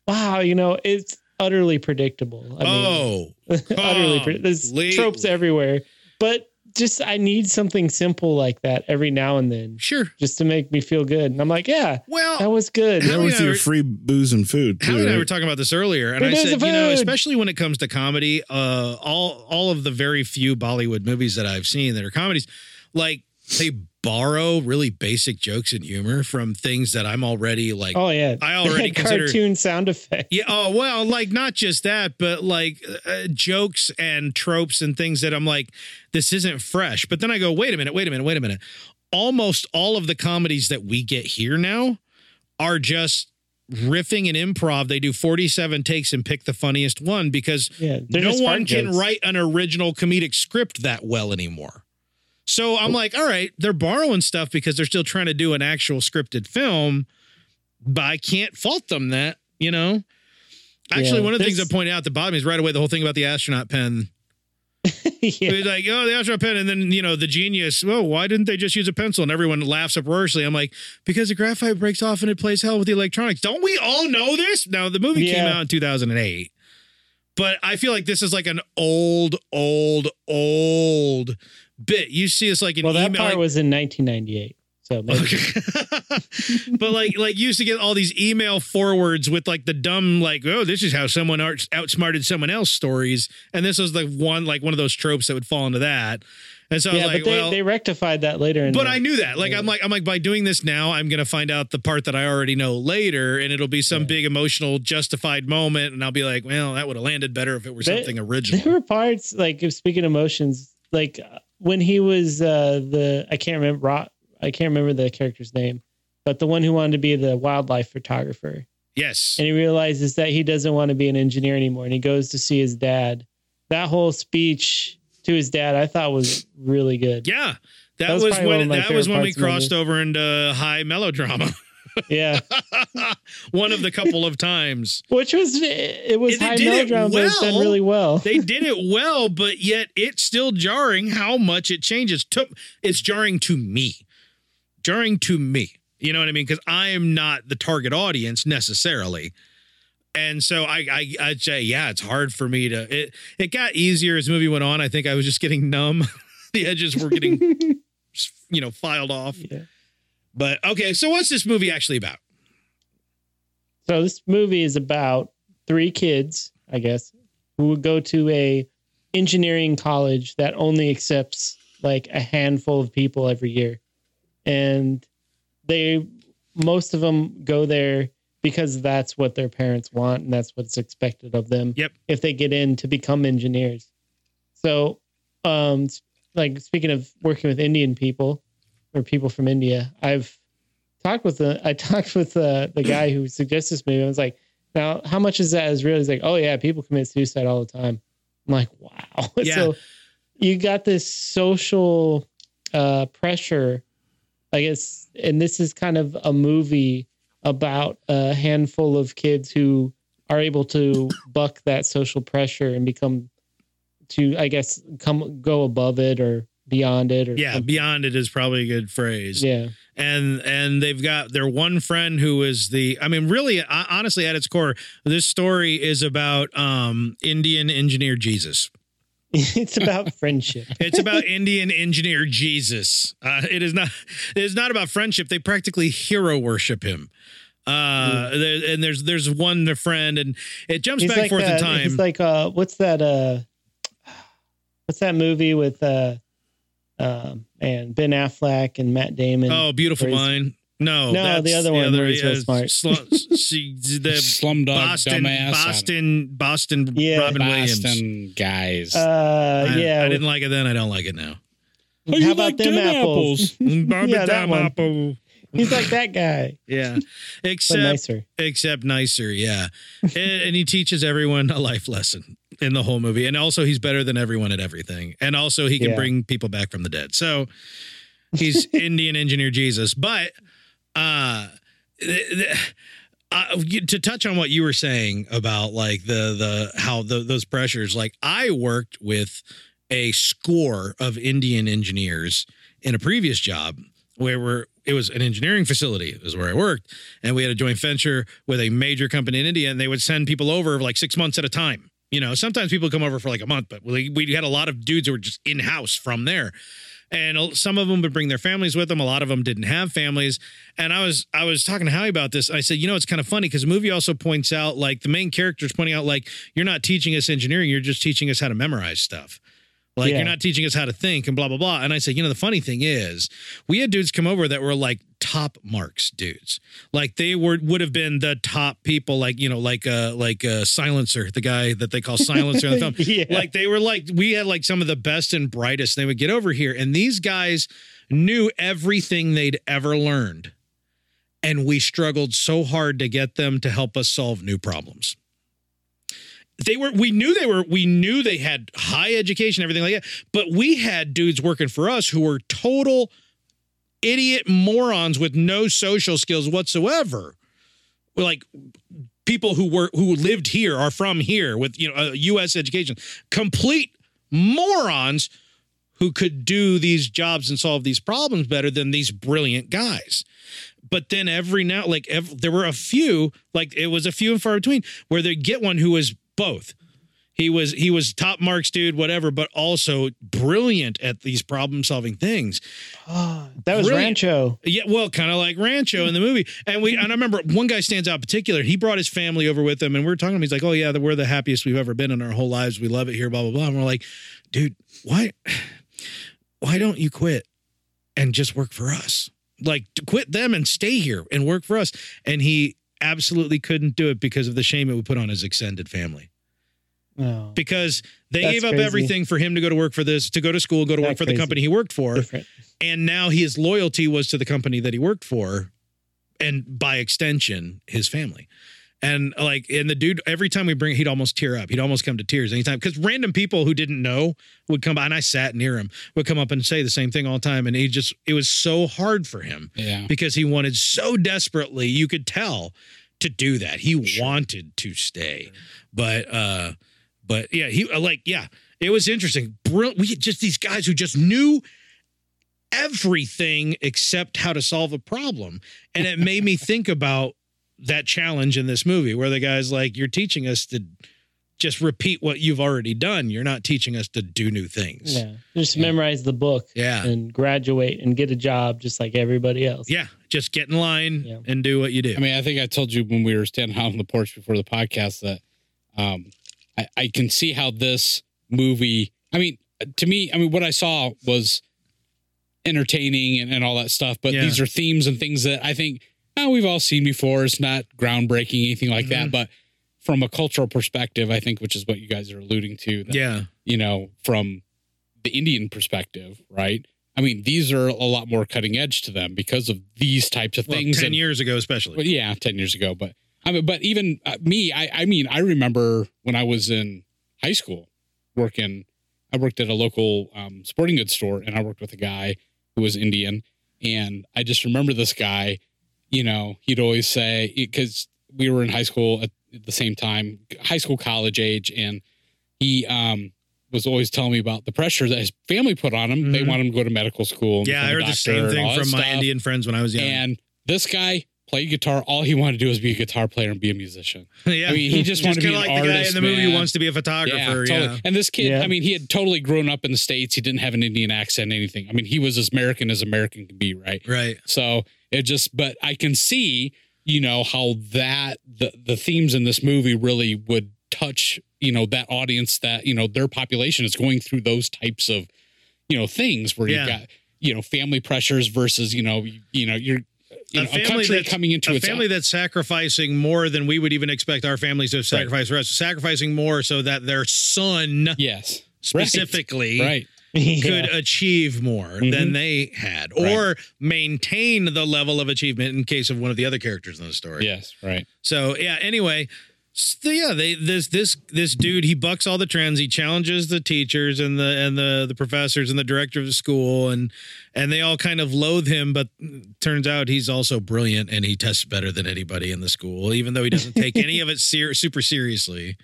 wow, you know, it's utterly predictable. I mean,
oh,
utterly pre- there's
Completely.
tropes everywhere but just i need something simple like that every now and then
sure.
just to make me feel good and i'm like yeah
Well,
that was good
How
That was
many
your
hours-
free booze and food
Hal
too.
and I
right?
were talking about this earlier, and
It
I
is
said,
a
you know,
food.
especially when it comes to comedy, uh, all all of the very few Bollywood movies that I've seen that are comedies, like they borrow really basic jokes and humor from things that I'm already like,
oh yeah
I already consider.
cartoon sound effect
Yeah. Oh well, like not just that, but like uh, jokes and tropes and things that I'm like, this isn't fresh. But then I go, wait a minute, wait a minute, wait a minute. Almost all of the comedies that we get here now are just riffing and improv. They do 47 takes and pick the funniest one because
yeah they're
no
just fart
one can
jokes.
write an original comedic script that well anymore. So I'm like, all right, they're borrowing stuff because they're still trying to do an actual scripted film, but I can't fault them that, you know? Actually,
Yeah,
one of the things I
there's-
point out at the bottom is right away the whole thing about the astronaut pen.
yeah.
It's like, oh, the astronaut pen, and then you know the genius. Well, why didn't they just use a pencil? And everyone laughs uproariously. I'm like, because the graphite breaks off and it plays hell with the electronics. Don't we all know this? Now the movie came
Yeah.
out in 2008, but I feel like this is like an old, old, old bit. You see this like in
Well, that
email.
part was in 1998. So maybe.
but like like you used to get all these email forwards with like the dumb like oh this is how someone out- outsmarted someone else stories and this was the one like one of those tropes that would fall into that and so I
yeah,
was like
but they,
well
they rectified that later. In
but
the-
I knew that like
Yeah.
I'm like I'm like by doing this now I'm gonna find out the part that I already know later and it'll be some big emotional justified moment and I'll be like well that would have landed better if it were
They-
something
there
original
were parts like if speaking of emotions, like uh, when he was uh the I can't remember Ro- I can't remember the character's name, but the one who wanted to be the wildlife photographer,
yes
and he realizes that he doesn't want to be an engineer anymore, and he goes to see his dad. That whole speech to his dad, I thought was really good.
yeah that,
That was
was,
probably one
when
of my
that was
favorite
when we
parts of the movie.
crossed over into high melodrama
yeah.
one of the couple of times
which was it was
And they
high
did it
melodrama, but it's done
well.
really well.
they did it well, but yet it's still jarring how much it changes. To, it's jarring to me, jarring to me. You know what I mean? Because I am not the target audience necessarily, and so I, I, I'd say, yeah, it's hard for me to. It, it got easier as the movie went on. I think I was just getting numb. the edges were getting, you know, filed off.
Yeah.
But okay, so what's this movie actually about?
So this movie is about three kids, I guess, who would go to a engineering college that only accepts like a handful of people every year. And they most of them go there because that's what their parents want and that's what's expected of them
Yep.
if they get in to become engineers. So um s- like speaking of working with Indian people or people from India, I've talked with the I talked with the the guy who suggested this movie. I was like, now how much is that is real? He's like, oh yeah, people commit suicide all the time. I'm like, wow.
Yeah.
so you got this social uh, pressure, I guess, and this is kind of a movie about a handful of kids who are able to buck that social pressure and become to I guess come go above it or beyond it or
Yeah,
something.
beyond it is probably a good phrase.
yeah
and and they've got their one friend who is the i mean really uh, honestly at its core this story is about um indian engineer jesus
it's about friendship.
it's about indian engineer jesus uh, it is not it is not about friendship they practically hero worship him uh there, and there's there's one the friend and it jumps back and forth
that,
in time
Hmm. He's like uh, what's that uh, what's that movie with uh, um, and Ben Affleck and Matt Damon?
oh beautiful
where he's-
mind no
No,
that's
the other one where he's real
yeah,
smart.
slu- see, the
Slumdog
boston
dumbass.
boston boston
Yeah.
robin williams
Boston guys.
uh,
I,
yeah.
I didn't like it then. I don't like it now.
Oh, you
how about
like
them
dumb
apples? Yeah, that
Time
one.
apple.
He's like that guy,
Yeah.
but
Except
nicer.
except nicer, yeah. and, and he teaches everyone a life lesson in the whole movie. And also he's better than everyone at everything. And also he can
Yeah.
bring people back from the dead. So he's Indian engineer Jesus. But uh th- th- uh, you- to touch on what you were saying about like the the how tho- those pressures like I worked with a score of Indian engineers in a previous job where we're it was an engineering facility is where I worked and we had a joint venture with a major company in India and they would send people over like 6 months at a time you know sometimes people come over for like a month but we, we had a lot of dudes who were just in house from there and a- some of them would bring their families with them a lot of them didn't have families and i was i was talking to howie about this i said you know it's kind of funny because the movie also points out like the main characters pointing out like you're not teaching us engineering you're just teaching us how to memorize stuff like
Yeah.
you're not teaching us how to think and blah blah blah and i said you know the funny thing is we had dudes come over that were like top marks dudes like they were would have been the top people like you know like uh like uh silencer the guy that they call silencer in the film
Yeah.
like they were like we had like some of the best and brightest they would get over here and these guys knew everything they'd ever learned and we struggled so hard to get them to help us solve new problems they were we knew they were we knew they had high education everything like that but we had dudes working for us who were total idiot morons with no social skills whatsoever like people who were who lived here are from here with you know uh, U.S. education. Complete morons who could do these jobs and solve these problems better than these brilliant guys. But then every now, like ev- there were a few, like it was a few and far between, where they get one who is both. He was he was top marks dude, whatever, but also brilliant at these problem solving things.
Oh, that was
Brilliant.
Rancho.
Yeah, well, kind of like Rancho in the movie. And we and I remember one guy stands out in particular. He brought his family over with him, and we are talking to him. He's like, "Oh yeah, we're the happiest we've ever been in our whole lives. We love it here." Blah blah blah. And we're like, "Dude, why, why don't you quit and just work for us? Like, to quit them and stay here and work for us." And he absolutely couldn't do it because of the shame it would put on his extended family
No,
because they
That's
gave up
crazy.
everything for him to go to work for this, to go to school, go to
Not
work for the
crazy.
company he worked for
different.
and now his loyalty was to the company that he worked for and by extension his family and like and the dude every time we bring he'd almost tear up he'd almost come to tears anytime because random people who didn't know would come by and i sat near him would come up and say the same thing all the time and he just it was so hard for him
Yeah.
because he wanted so desperately you could tell to do that he wanted to stay but uh but yeah he uh, like yeah it was interesting brilliant we just these guys who just knew everything except how to solve a problem and it made me think about that challenge in this movie where the guy's like you're teaching us to just repeat what you've already done you're not teaching us to do new things
Yeah, just
Yeah.
memorize the book
yeah
and graduate and get a job just like everybody else.
yeah just get in line
Yeah.
and do what you do
I mean, I think I told you when we were standing out on the porch before the podcast that um, I, I can see how this movie. I mean, to me, I mean, what I saw was entertaining and, and all that stuff, but
Yeah.
these are themes and things that I think oh, we've all seen before. It's not groundbreaking, anything like
Mhm.
that, but from a cultural perspective, I think, which is what you guys are alluding to, that,
yeah
you know, from the Indian perspective, right? I mean, these are a lot more cutting edge to them because of these types of
well,
things.
10
and-
years ago especially
well, yeah, ten years ago. But I mean, but even uh, me, I, I mean, I remember when I was in high school working. I worked at a local um, sporting goods store, and I worked with a guy who was Indian, and I just remember this guy. You know, he'd always say because we were in high school at the same time, high school, college age, and he um, was always telling me about the pressure that his family put on him. They
Mhm.
want him to go to medical school. and
yeah i
become a
heard the
doctor
same
and
thing
all that
from my
stuff.
indian friends when i was young
And this guy played guitar. All he wanted to do was be a guitar player and be a musician.
yeah
I mean, he just wanted to be
kinda
an
like the guy in
artist,
the movie
man.
who wants to be a photographer yeah,
totally. And this kid,
Yeah.
I mean, he had totally grown up in the States. He didn't have an Indian accent, anything. I mean, he was as American as American can be, right?
right
So it just, but I can see, you know, how that the the themes in this movie really would touch, you know, that audience that you know their population is going through those types of, you know, things where
Yeah.
you've got you know family pressures versus you know you, you know you're you
A
know, a
family
country
that's-
coming into
a
its own.
family that's sacrificing more than we would even expect our families to sacrifice for us, sacrificing more so that their son
Yes.
specifically
Right.
could
Yeah.
achieve more than
Mhm.
they had
Right.
or maintain the level of achievement in case of one of the other characters in the story.
Yes. Right.
So yeah, anyway, so yeah, they this this this dude he bucks all the trends, he challenges the teachers and the and the the professors and the director of the school and and they all kind of loathe him, but turns out he's also brilliant and he tests better than anybody in the school, even though he doesn't take any of it ser- super seriously.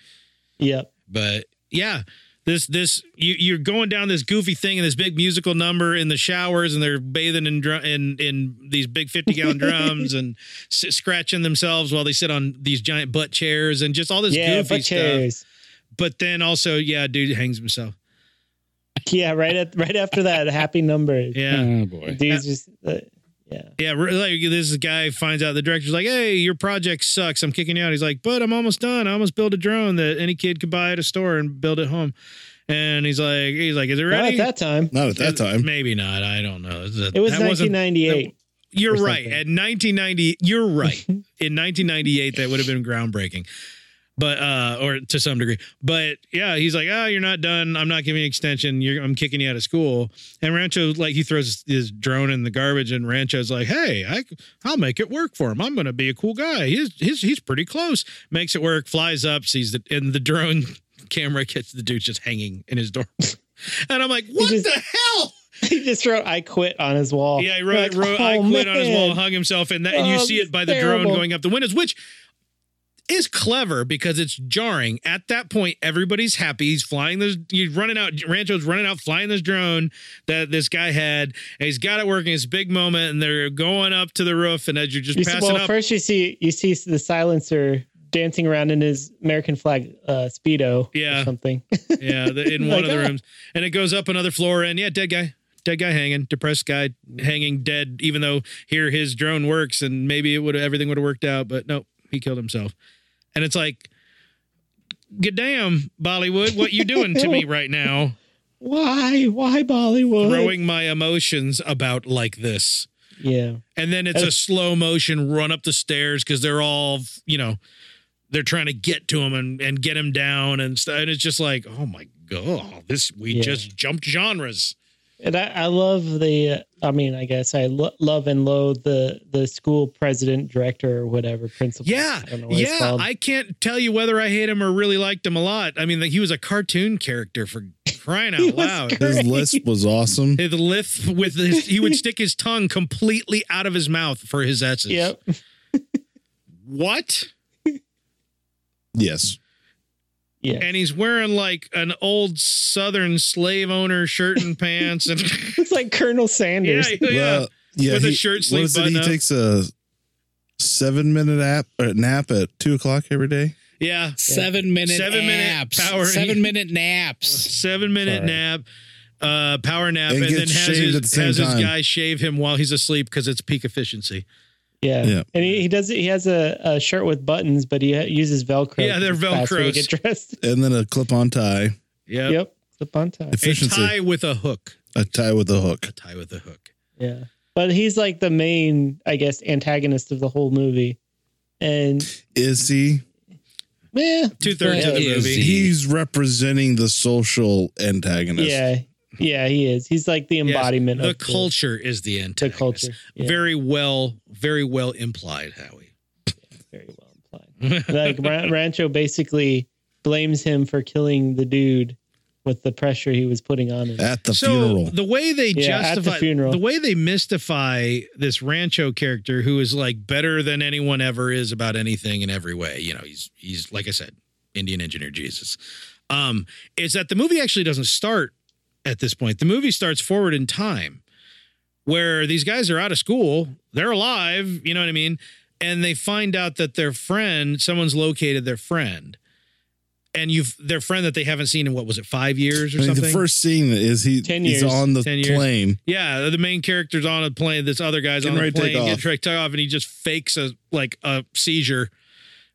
Yep.
But yeah, this this you you're going down this goofy thing and this big musical number in the showers and they're bathing in drum in in these big 50 gallon drums and s- scratching themselves while they sit on these giant butt chairs and just all this
Yeah,
goofy
but chairs.
stuff. But then also, yeah, dude hangs himself.
Yeah, right at right after that happy number.
Yeah.
Oh boy.
Dude's just uh, yeah.
Yeah, re- like this guy finds out the director's like, "Hey, your project sucks. I'm kicking you out." He's like, "But I'm almost done. I almost built a drone that any kid could buy at a store and build at home." And he's like, "He's like, is it
Not
ready?"
at that time.
Not at that time.
Maybe not. I don't know.
It was
That wasn't-
1998.
You're
or
right.
something.
At 1990, you're right. In 1998, that would have been groundbreaking, but uh, or to some degree. But yeah, he's like, oh, you're not done. I'm not giving you an extension. You're, I'm kicking you out of school. And Rancho, like, he throws his drone in the garbage, and Rancho's like, hey, I, I'll make it work for him. I'm gonna be a cool guy. He's he's he's pretty close. Makes it work. Flies up, sees the and the drone camera catches the dude just hanging in his door. And I'm like, what
just-
the hell?
he just wrote "I quit" on his wall.
Yeah, he
We're
wrote,
like,
wrote I
"Oh,
quit on his wall,
man."
hung himself, and that, and you
Oh,
see
that's
it by the drone
terrible.
going up the windows, which is clever because it's jarring. At that point, everybody's happy. He's flying this, he's running out, Rancho's running out, flying this drone that this guy had. And he's got it working. It's a big moment, and they're going up to the roof. And as you're just
You see,
passing
well,
up,
first you see you see the silencer dancing around in his American flag uh, speedo
Yeah.
or something.
yeah, the, in one
Like,
of the
ah.
rooms, and it goes up another floor, and yeah, dead guy, dead guy hanging, depressed guy hanging, dead. Even though here his drone works, and maybe it would everything would have worked out, but no, he killed himself, and it's like, good damn, Bollywood, what you doing to me right now?
Why? Why Bollywood?
Throwing my emotions about like this.
Yeah.
And then it's a slow motion run up the stairs because they're all, you know, they're trying to get to him and, and get him down and stuff. And it's just like, oh my god, this we
Yeah.
just jumped genres.
And I, I love the. Uh, I mean, I guess I lo- love and loathe the the school president, director, or whatever principal.
Yeah,
I don't know what it's
yeah.
called.
I can't tell you whether I hate him or really liked him a lot. I mean, he was a cartoon character for crying
He
out
was
loud.
His lisp was awesome.
His lift with his, he would stick his tongue completely out of his mouth for his s's.
Yep.
What?
Yes.
Yeah.
and he's wearing like an old Southern slave owner shirt and pants, and
it's like Colonel
yeah,
Sanders.
yeah.
Well, yeah.
With a
he-
shirt
what
sleeve
is it?
button
He
up.
takes a seven minute nap or nap at two o'clock every day.
Yeah.
Seven minute
Seven minute
naps.
power-
Seven minute naps.
seven minute
Sorry.
nap, uh, power nap,
And
and, then
gets
has,
shaved
his,
at the same
has his
time.
guy shave him while he's asleep because it's peak efficiency.
Yeah.
Yeah.
And he, he does he has a, a shirt with buttons, but he ha- uses Velcro.
Yeah, they're
It's the best way to Get dressed.
And then a clip on tie.
Yeah,
yep. Clip on top.
a
Efficiency.
tie with a hook,
A tie with a hook.
a tie with a hook.
Yeah. But he's like the main, I guess, antagonist of the whole movie. And
Is he?
yeah.
Two thirds of the
Is
movie.
he?
He's representing the social antagonist.
Yeah. Yeah, he is. He's like the
Yes,
embodiment
The
of
culture is the
the
antagonist.
culture. Yeah,
Very well, very well implied, Howie.
very well implied. like Ra- Rancho basically blames him for killing the dude with the pressure he was putting on him.
At the
so
funeral.
the way they
Yeah, at the
justify
funeral.
the way they mystify this Rancho character, who is like better than anyone ever is about anything in every way. You know, he's he's like I said, Indian engineer Jesus. Um, is that the movie actually doesn't start at this point? The movie starts forward in time, where these guys are out of school, they're alive. You know what I mean? And they find out that their friend, someone's located their friend. And you've their friend that they haven't seen in what was it five years
I
or
mean,
something?
the first scene is he,
10
he's
years.
on the
10 years.
plane.
Yeah, the main character's on a plane. This other guy's
Getting
on a
ready to take
plane,
off.
gets ready to take off, and he just fakes a like a seizure,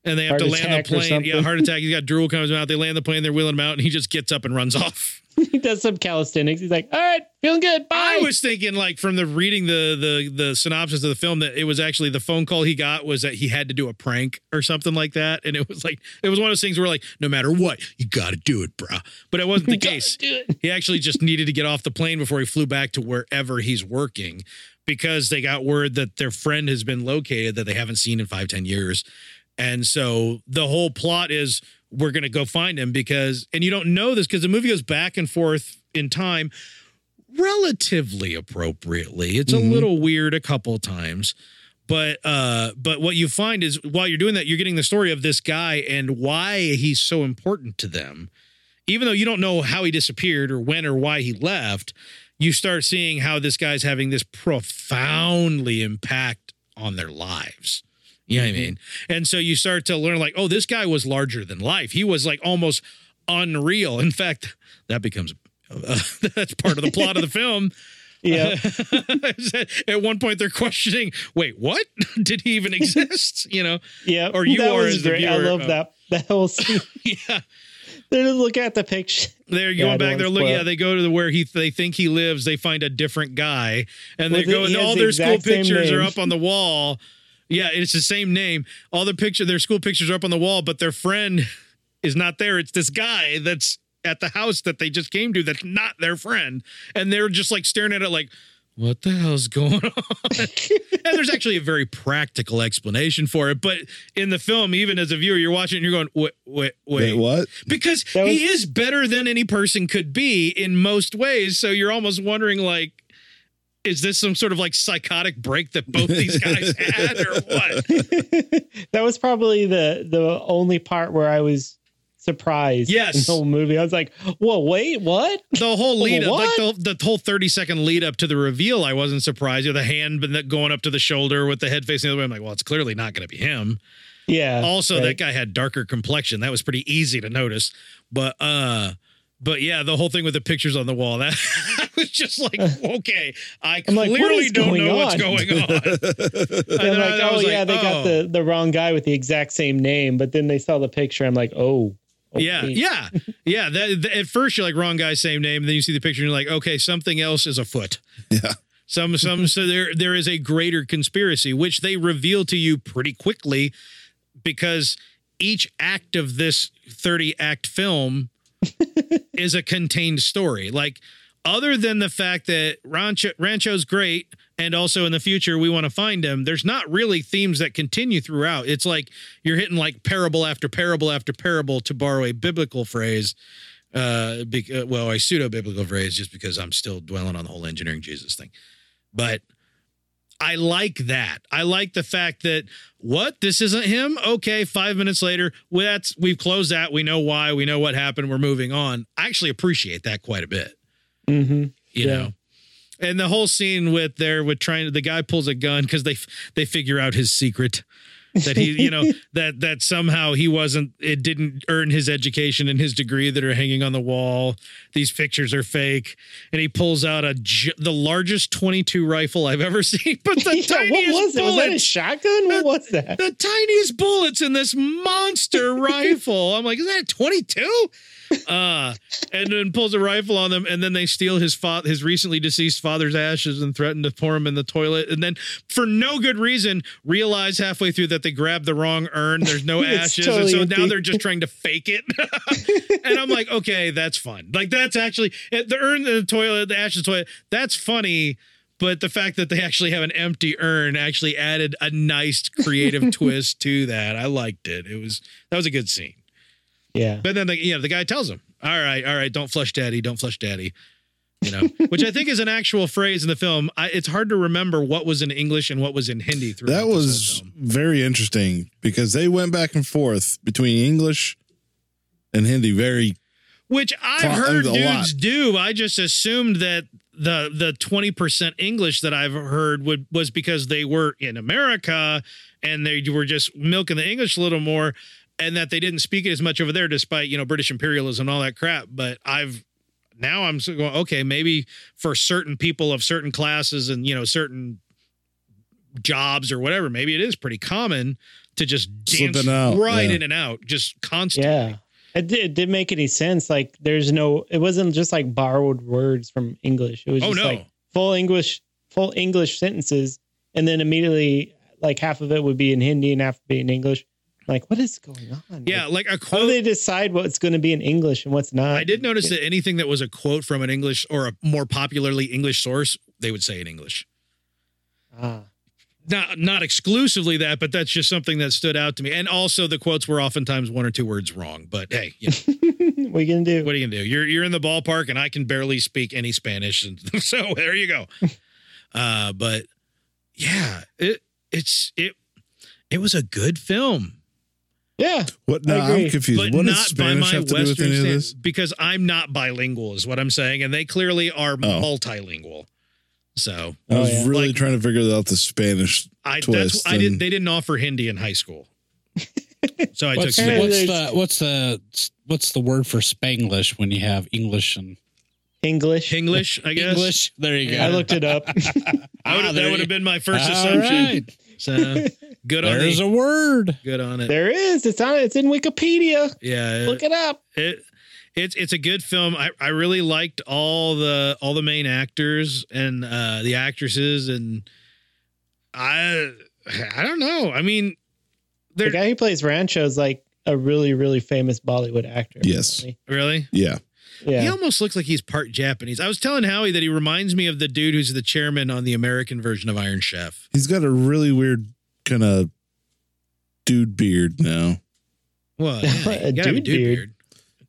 and they have
Heart
to land
attack
the
or
plane. Yeah,
something.
heart attack. He's got drool comes out. They land the plane. They're wheeling him out, and he just gets up and runs off.
he does some calisthenics. He's like, all right, feeling good. Bye.
I was thinking, like from the reading the the the synopsis of the film, that it was actually the phone call he got was that he had to do a prank or something like that, and it was like it was one of those things where like no matter what, you got to do it, bruh. But it wasn't the case.
Do it.
He actually just needed to get off the plane before he flew back to wherever he's working because they got word that their friend has been located that they haven't seen in five, 10 years. And so the whole plot is we're going to go find him because, and you don't know this because the movie goes back and forth in time relatively appropriately. It's
Mhm.
a little weird a couple times. But uh but what you find is while you're doing that you're getting the story of this guy and why he's so important to them. Even though you don't know how he disappeared or when or why he left, you start seeing how this guy's having this profoundly impact on their lives. You know what I mean? And so you start to learn like, oh, this guy was larger than life. He was like almost unreal. In fact, that becomes uh, that's part of the plot of the film.
Yeah.
At one point, they're questioning, wait, what? Did he even exist? You know?
Yeah.
Or you
that
are
was
as the
great. I
viewer,
love
uh,
that that whole scene.
Yeah.
They're just looking at the picture.
They're
Yeah, I
going
don't
back. They're
wanna
looking.
spoil
Yeah,
it.
they go to the where he they think he lives. They find a different guy, and they
With it-
go.
he
And
has
all
the
their school
exact same
pictures are
name.
up on the wall. Yeah, it's the same name. All their picture, their school pictures are up on the wall, but their friend is not there. It's this guy that's at the house that they just came to. That's not their friend, and they're just like staring at it like. What the hell's going on? and there's actually a very practical explanation for it, but in the film, even as a viewer, you're watching and you're going, "Wait, wait, wait,
Wait, what?
because
That
he is better than any person could be in most ways. So you're almost wondering, like, is this some sort of like psychotic break that both these guys had or what?
that was probably the the only part where I was surprised.
Yes.
in the whole movie. I was like, "Whoa, wait, what?"
The whole lead up, like
What?
the, the whole 30 second lead up to the reveal, I wasn't surprised. You know, the hand been- going up to the shoulder with the head facing the other way. I'm like, well, it's clearly not going to be him.
Yeah.
also
right.
that guy had darker complexion that was pretty easy to notice but uh but yeah the whole thing with the pictures on the wall that I was just like okay i
I'm like,
clearly
what is
don't
going
know what's
on?
going on
And
And
I'm
then
like,
I
oh
was
yeah,
like,
they got
oh.
the the wrong guy with the exact same name, but then they saw the picture. I'm like, oh, oh,
yeah
wait.
yeah yeah that, that- at first you're like wrong guy same name then you see the picture and you're like okay something else is afoot
Yeah.
some some so there there is a greater conspiracy which they reveal to you pretty quickly because each act of this 30 act film is a contained story like other than the fact that Rancho Rancho's great and also in the future we want to find him there's not really themes that continue throughout it's like you're hitting like parable after parable after parable to borrow a biblical phrase uh, bec- uh well a pseudo biblical phrase just because I'm still dwelling on the whole engineering Jesus thing but I like that. I like the fact that what this isn't him. Okay, five minutes later, well, that's we've closed that. We know why. We know what happened. We're moving on. I actually appreciate that quite a bit
hmm
you
Yeah.
know and the whole scene with there with trying the guy pulls a gun because they f- they figure out his secret that he you know that that somehow he wasn't it didn't earn his education and his degree that are hanging on the wall these pictures are fake and he pulls out a gi- the largest 22 rifle i've ever seen but the
yeah what
tiniest
was it? Was that a
bullets
shotgun? What was that?
the tiniest bullets in this monster rifle. I'm like, is that a 22? Uh, and then pulls a rifle on them, and then they steal his fa- his recently deceased father's ashes and threaten to pour him in the toilet. And then, for no good reason, realize halfway through that they grabbed the wrong urn. There's no
It's
ashes,
totally
and so now
empty.
they're just trying to fake it. and I'm like, okay, that's fun. Like that's actually eh, the urn, in the toilet, the ashes toilet. That's funny but the fact that they actually have an empty urn actually added a nice creative twist to that. I liked it. It was that was a good scene.
Yeah.
But then the you know, the guy tells him, "All right, all right, don't flush daddy, don't flush daddy." You know, which I think is an actual phrase in the film. I, it's hard to remember what was in English and what was in Hindi throughout
That
this whole
was
film.
very interesting because they went back and forth between English and Hindi. Very
which I've
Cl-
heard
a
dudes
lot.
do. I just assumed that the the twenty percent English that I've heard would was because they were in America and they were just milking the English a little more, and that they didn't speak it as much over there, despite you know British imperialism and all that crap. But I've now I'm sort of going okay, maybe for certain people of certain classes and you know certain jobs or whatever, maybe it is pretty common to just
Slip
dance
it out,
right
yeah.
in and out, just constant.
Yeah. It did, it didn't make any sense. Like, there's no, it wasn't just like borrowed words from English. It was
Oh
just
no.
like full English, full English sentences. And then immediately, like, half of it would be in Hindi and half would be in English. Like, what is going on?
yeah, like
Like,
a
how
quote
do they decide what's going to be in English and what's not?
I did notice that anything that was a quote from an English or a more popularly English source, they would say in English.
Ah.
Not not exclusively that, but that's just something that stood out to me. And also the quotes were oftentimes one or two words wrong. But hey, you know,
what are you going to do?
what are you gonna do? You're you're in the ballpark, and I can barely speak any Spanish, and so there you go. Uh, but yeah, it it's it it was a good film.
Yeah.
what?
I
No, I'm
agree.
confused.
but
what
not
does
by
Spanish
my
have to do with
Western
any of
stand-
this?
because I'm not bilingual, is what I'm saying, and they clearly
Oh.
are multilingual. So
I was
Oh, yeah.
really
Like-
trying to figure out the Spanish.
I
Twist
that's I didn't
and-
they didn't offer Hindi in high school, so I took
What's, what's
Spanish.
the what's the what's the word for Spanglish when you have English and
English.
English. I guess
English? There you go.
I looked it up.
I would,
Ah,
that
there
would
you-
have been my first
All
assumption.
right.
So good on
There's
it.
a word.
Good on it.
there is. It's on. It's in Wikipedia.
yeah,
Look it up.
it it's it's a good film. I, I really liked all the all the main actors and uh the actresses and I I don't know. I mean
The
they're
guy who plays Rancho is like a really, really famous Bollywood actor.
Yes.
apparently.
really
Yeah,
he
Yeah.
almost looks like he's part Japanese. I was telling Howie that he reminds me of the dude who's the chairman on the American version of Iron Chef.
he's got a really weird kind of dude beard now.
Well, yeah,
A
you gotta have a dude
dude beard.
beard.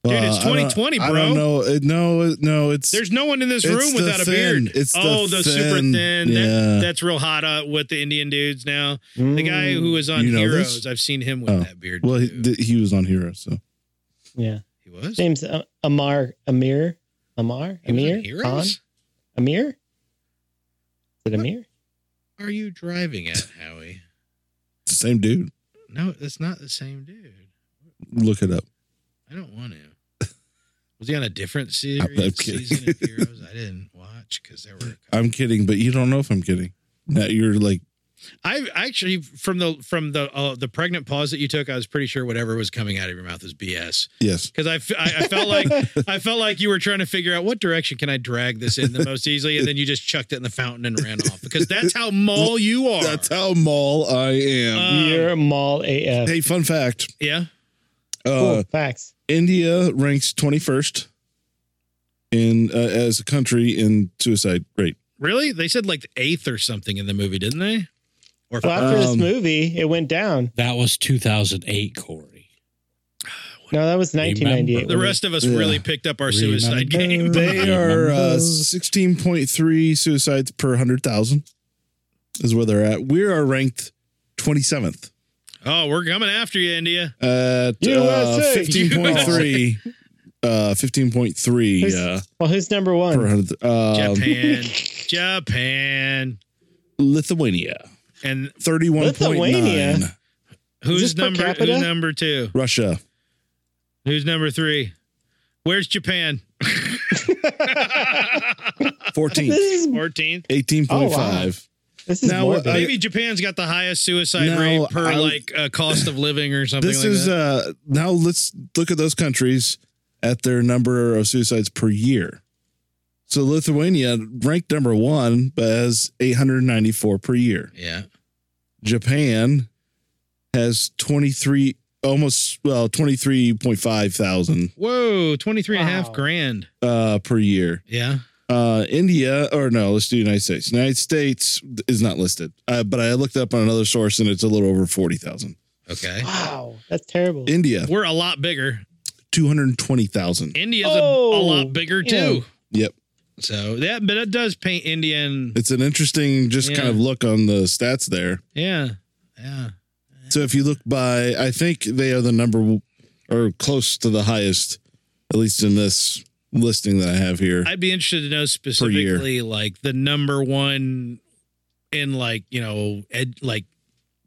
Well,
it's
Uh, I don't-
2020,
I
bro.
don't know. It- No, no, it's
There's no one in this
It's
room
the
without a
thin.
beard.
It's the
oh, the, super
thin.
thin.
Yeah.
That, that's real hot uh, with the Indian dudes now. The guy
Mm.
who was on
Mm, You know
Heroes,
this?
I've seen him with
Oh.
that beard.
well, he,
too.
th- he was on Hero, so
Yeah.
He was.
His name's uh, Amar Amir Amar
He was on
Amir Khan?
Heroes.
Amir. Is it Amir?
Are you driving at Howie?
it's the same dude.
No, that's not the same dude.
Look it up.
I don't want to. Was he on a different
I'm
series
kidding.
season of Heroes? I didn't watch because there were. A couple.
I'm kidding, but you don't know if I'm kidding. Now you're like,
I actually from the from the uh, the pregnant pause that you took, I was pretty sure whatever was coming out of your mouth was BS
yes,
because I, f- I- I felt like I felt like you were trying to figure out what direction can I drag this in the most easily, and then you just chucked it in the fountain and ran off because that's how mall you are.
that's how mall I am.
Um,
You're Mal AF.
hey, fun fact:
yeah,
uh,
Uh. Cool. Facts.
India ranks 21st in uh, as a country in suicide rate.
really? They said like the eighth or something in the movie, didn't they? Or
Well, after this
Um,
movie, it went down.
That was 2008, Corey.
No, that was
Remember.
1998.
the rest of us
Yeah.
really picked up our suicide game.
Remember.
They are uh, 16.3 suicides per 100,000 is where they're at. We are ranked 27th
Oh, we're coming after you, India.
at uh,
USA.
15.3. Uh, 15.3 uh,
Well, who's number
per
one?
100. Uh,
Japan, Japan,
Lithuania,
and
31.9.
Lithuania? this
who's
per
number
capita?
who's number two?
Russia,
Who's number three? Where's Japan?
14th,
This is
Fourteenth.
18.5.
Oh,
this is
Now,
morbid.
I-
Maybe Japan's got the highest suicide
No,
rate per
I-
like uh, cost of living or something.
This
like
is
that.
uh now let's look at those countries at their number of suicides per year. So Lithuania ranked number one, but has 894 per year.
yeah.
Japan has 23, almost well 23.5 thousand
Whoa, 23 and a half
Wow.
grand.
uh, per year.
Yeah.
Uh, India or no, let's do United States. United States is not listed, uh, but I looked up on another source and it's a little over 40,000.
Okay.
wow, that's terrible.
India
We're a lot bigger.
220,000.
India's a, a
Oh,
lot bigger too.
Yep.
So that, but it does paint Indian.
It's an interesting just kind
Yeah.
of look on the stats there.
Yeah. Yeah.
So if you look by, I think they are the number w- or close to the highest, at least in this listing that I have here.
I'd be interested to know
year.
specifically like the number one in like, you know, ed, like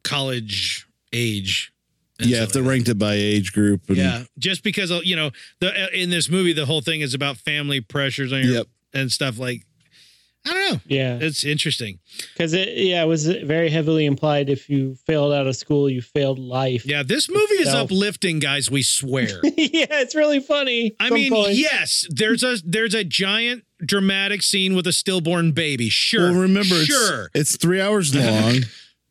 college age. and
yeah,
stuff
if they're
like
ranked it by age group.
that.
And,
Yeah. Just because, uh, you know, the in this movie, the whole thing is about family pressures on your
Yep.
and stuff like, I don't know.
Yeah,
It's interesting.
because it yeah it was very heavily implied if you failed out of school, you failed life.
Yeah. This movie is
No.
uplifting, guys. We swear.
yeah, it's really funny.
I
Some
mean,
point.
yes, there's a there's a giant dramatic scene with a stillborn baby. Sure.
Well, remember, it's-
sure.
it's, three hours long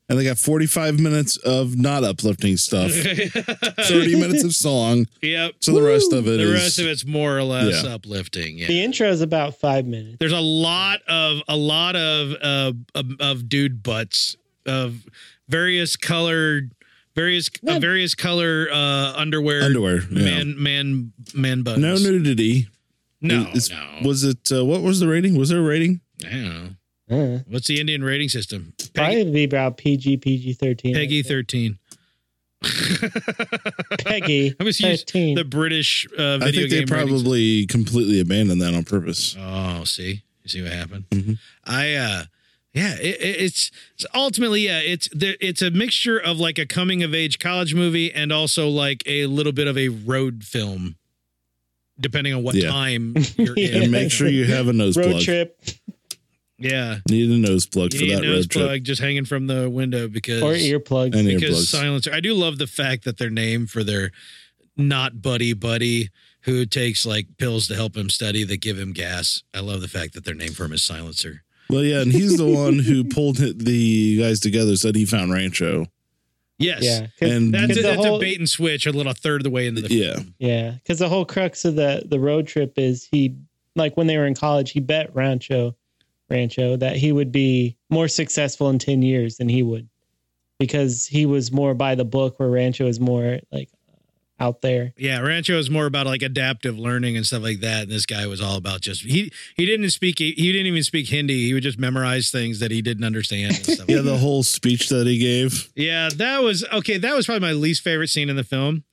and they got 45 minutes of not uplifting stuff, 30 minutes of song.
yep.
So the rest of it
The
is-
rest of it's more or less
Yeah.
uplifting. Yeah.
the intro is about five minutes.
There's a lot of a lot of uh of, of dude butts of various colored various uh,
What?
various color uh underwear,
underwear. yeah.
man man man buttons.
No nudity.
no,
It's-
no.
Was it, uh, what was the rating? Was there a rating?
I don't know.
Uh,
What's the Indian rating system? Peggy,
probably be about PG PG thirteen.
Peggy 13.
Peggy
I was used
thirteen.
the British uh, video
I
game
think they
rating system.
probably completely abandoned that on purpose.
Oh, see, you see what happened.
Mhm.
I, uh, yeah, it, it- it's, it's ultimately, yeah, it's there, it's a mixture of like a coming of age college movie and also like a little bit of a road film, depending on what
Yeah.
time you're
Yeah.
and
in.
make sure you have a nose
road
plug.
trip
Yeah,
Need a nose plug
you
for
need a
that
nose
road trip.
plug just hanging from the window because
or earplugs.
And
because
earplugs.
silencer. I do love the fact that their name for their not buddy buddy who takes like pills to help him study that give him gas. I love the fact that their name for him is silencer.
Well, yeah, and he's the one who pulled hi- the guys together. Said he found Rancho.
Yes.
Yeah, 'cause-
And
That's,
Because
a,
the
that's a
whole-
bait and switch a little third of the way into the
yeah,
Yeah, because the whole crux of the the road trip is he like when they were in college, he bet Rancho, Rancho that he would be more successful in ten years than he would, because he was more by the book, where Rancho is more like uh, out there.
Yeah, Rancho is more about like adaptive learning and stuff like that. And this guy was all about just he he didn't speak he didn't even speak Hindi. He would just memorize things that he didn't understand. And stuff
Yeah, the whole speech that he gave.
Yeah, that was okay. That was probably my least favorite scene in the film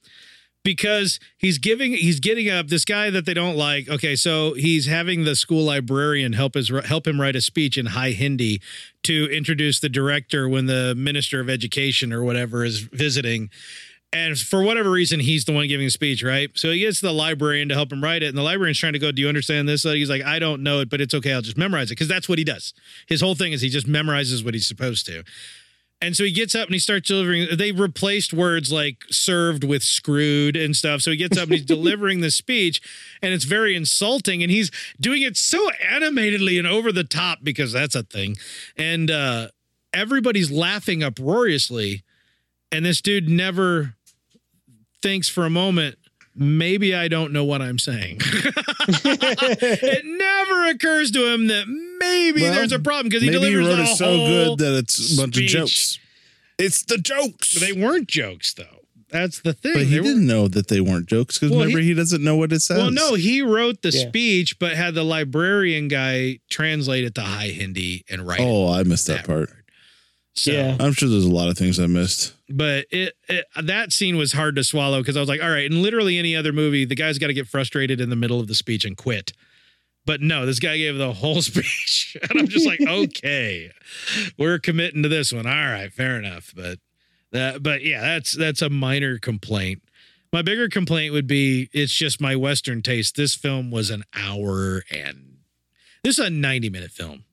because he's giving he's getting up this guy that they don't like. Okay, so he's having the school librarian help his help him write a speech in high Hindi to introduce the director when the minister of education or whatever is visiting. And for whatever reason, he's the one giving the speech, right? So he gets the librarian to help him write it, and the librarian's trying to go, "Do you understand this?" So he's like, "I don't know it, but it's okay. I'll just memorize it," because that's what he does. His whole thing is he just memorizes what he's supposed to. And so he gets up and he starts delivering. They replaced words like served with screwed and stuff. So he gets up and he's delivering the speech, and it's very insulting. And he's doing it so animatedly and over the top because that's a thing. And uh, everybody's laughing uproariously. And this dude never thinks for a moment, maybe I don't know what I'm saying. it never occurs to him that maybe
Well,
there's a problem because he
Maybe he
delivers
wrote
the
it so
whole
good that it's a bunch of
speech.
jokes. It's the jokes.
They weren't jokes though. That's the thing.
but
They
he
were-
didn't know that they weren't jokes because
Well,
remember he, doesn't know what it says.
Well, no, he wrote the
Yeah.
speech, but had the librarian guy translate it to high Hindi and write. it.
Oh, I missed
That
that part.
So,
yeah.
I'm sure there's a lot of things I missed.
But it, it that scene was hard to swallow because I was like, all right, in literally any other movie, the guy's got to get frustrated in the middle of the speech and quit. But no, this guy gave the whole speech, and I'm just like, okay, we're committing to this one. All right, fair enough. But that, but yeah, that's that's a minor complaint. My bigger complaint would be it's just my Western taste. This film was an hour and this is a 90 minute film.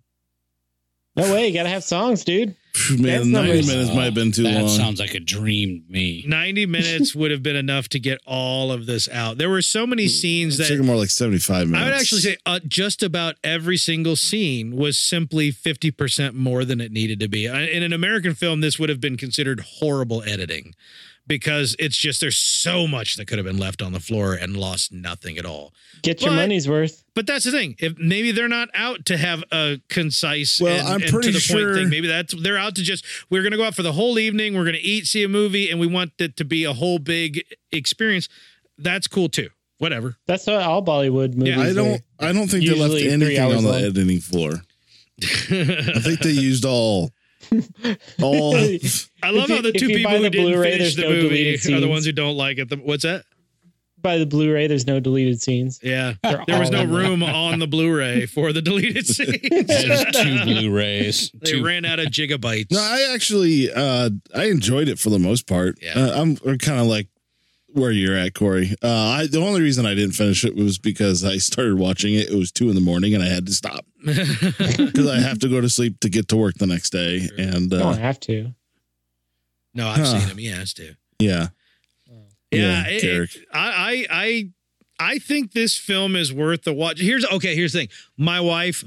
No way. You got to have songs, dude.
Phew, Man,
That's not
90
really-
minutes might have been too
that
long.
sounds like a dream to me.
90 minutes would have been enough to get all of this out. There were so many scenes
it took
that
him more like 75 minutes.
I would actually say uh, just about every single scene was simply 50% more than it needed to be. I- In an American film, this would have been considered horrible editing because it's just there's so much that could have been left on the floor and lost nothing at all.
Get your
But-
money's worth.
But that's the thing. If maybe they're not out to have a concise
Well,
and,
I'm
and
pretty
to the
sure-
point thing. Maybe that's they're out to just we're gonna go out for the whole evening, we're gonna eat, see a movie, and we want it to be a whole big experience. That's cool too. Whatever.
That's what all Bollywood movies.
I
are.
don't. I don't think they left
Usually three
anything
hours
on the
long.
editing floor. I think they used all. All.
I love
you-
how the
if
two
you
people
buy
who
the
didn't
Blu-ray,
finish
there's
the
no
movie
deleted
are the
scenes.
ones who don't like it. The, what's that?
By the Blu-ray, there's no deleted scenes.
Yeah.
They're
There was
all
no
in there.
room on the Blu-ray for the deleted
There's
scenes.
two Blu-rays.
they
two-
ran out of gigabytes.
no, I actually. Uh, I enjoyed it for the most part.
Yeah.
Uh, I'm, I'm kind of like where you're at, Corey. Uh, I the only reason I didn't finish it was because I started watching it. It was two in the morning, and I had to stop because I have to go to sleep to get to work the next day. And
You
uh,
don't have to.
no, I've
Huh.
seen them. Yeah, it's too.
yeah,
Yeah,
Yeah,
it-
Derek.
it- I, I, I, I think this film is worth the watch. Here's okay. Here's the thing. My wife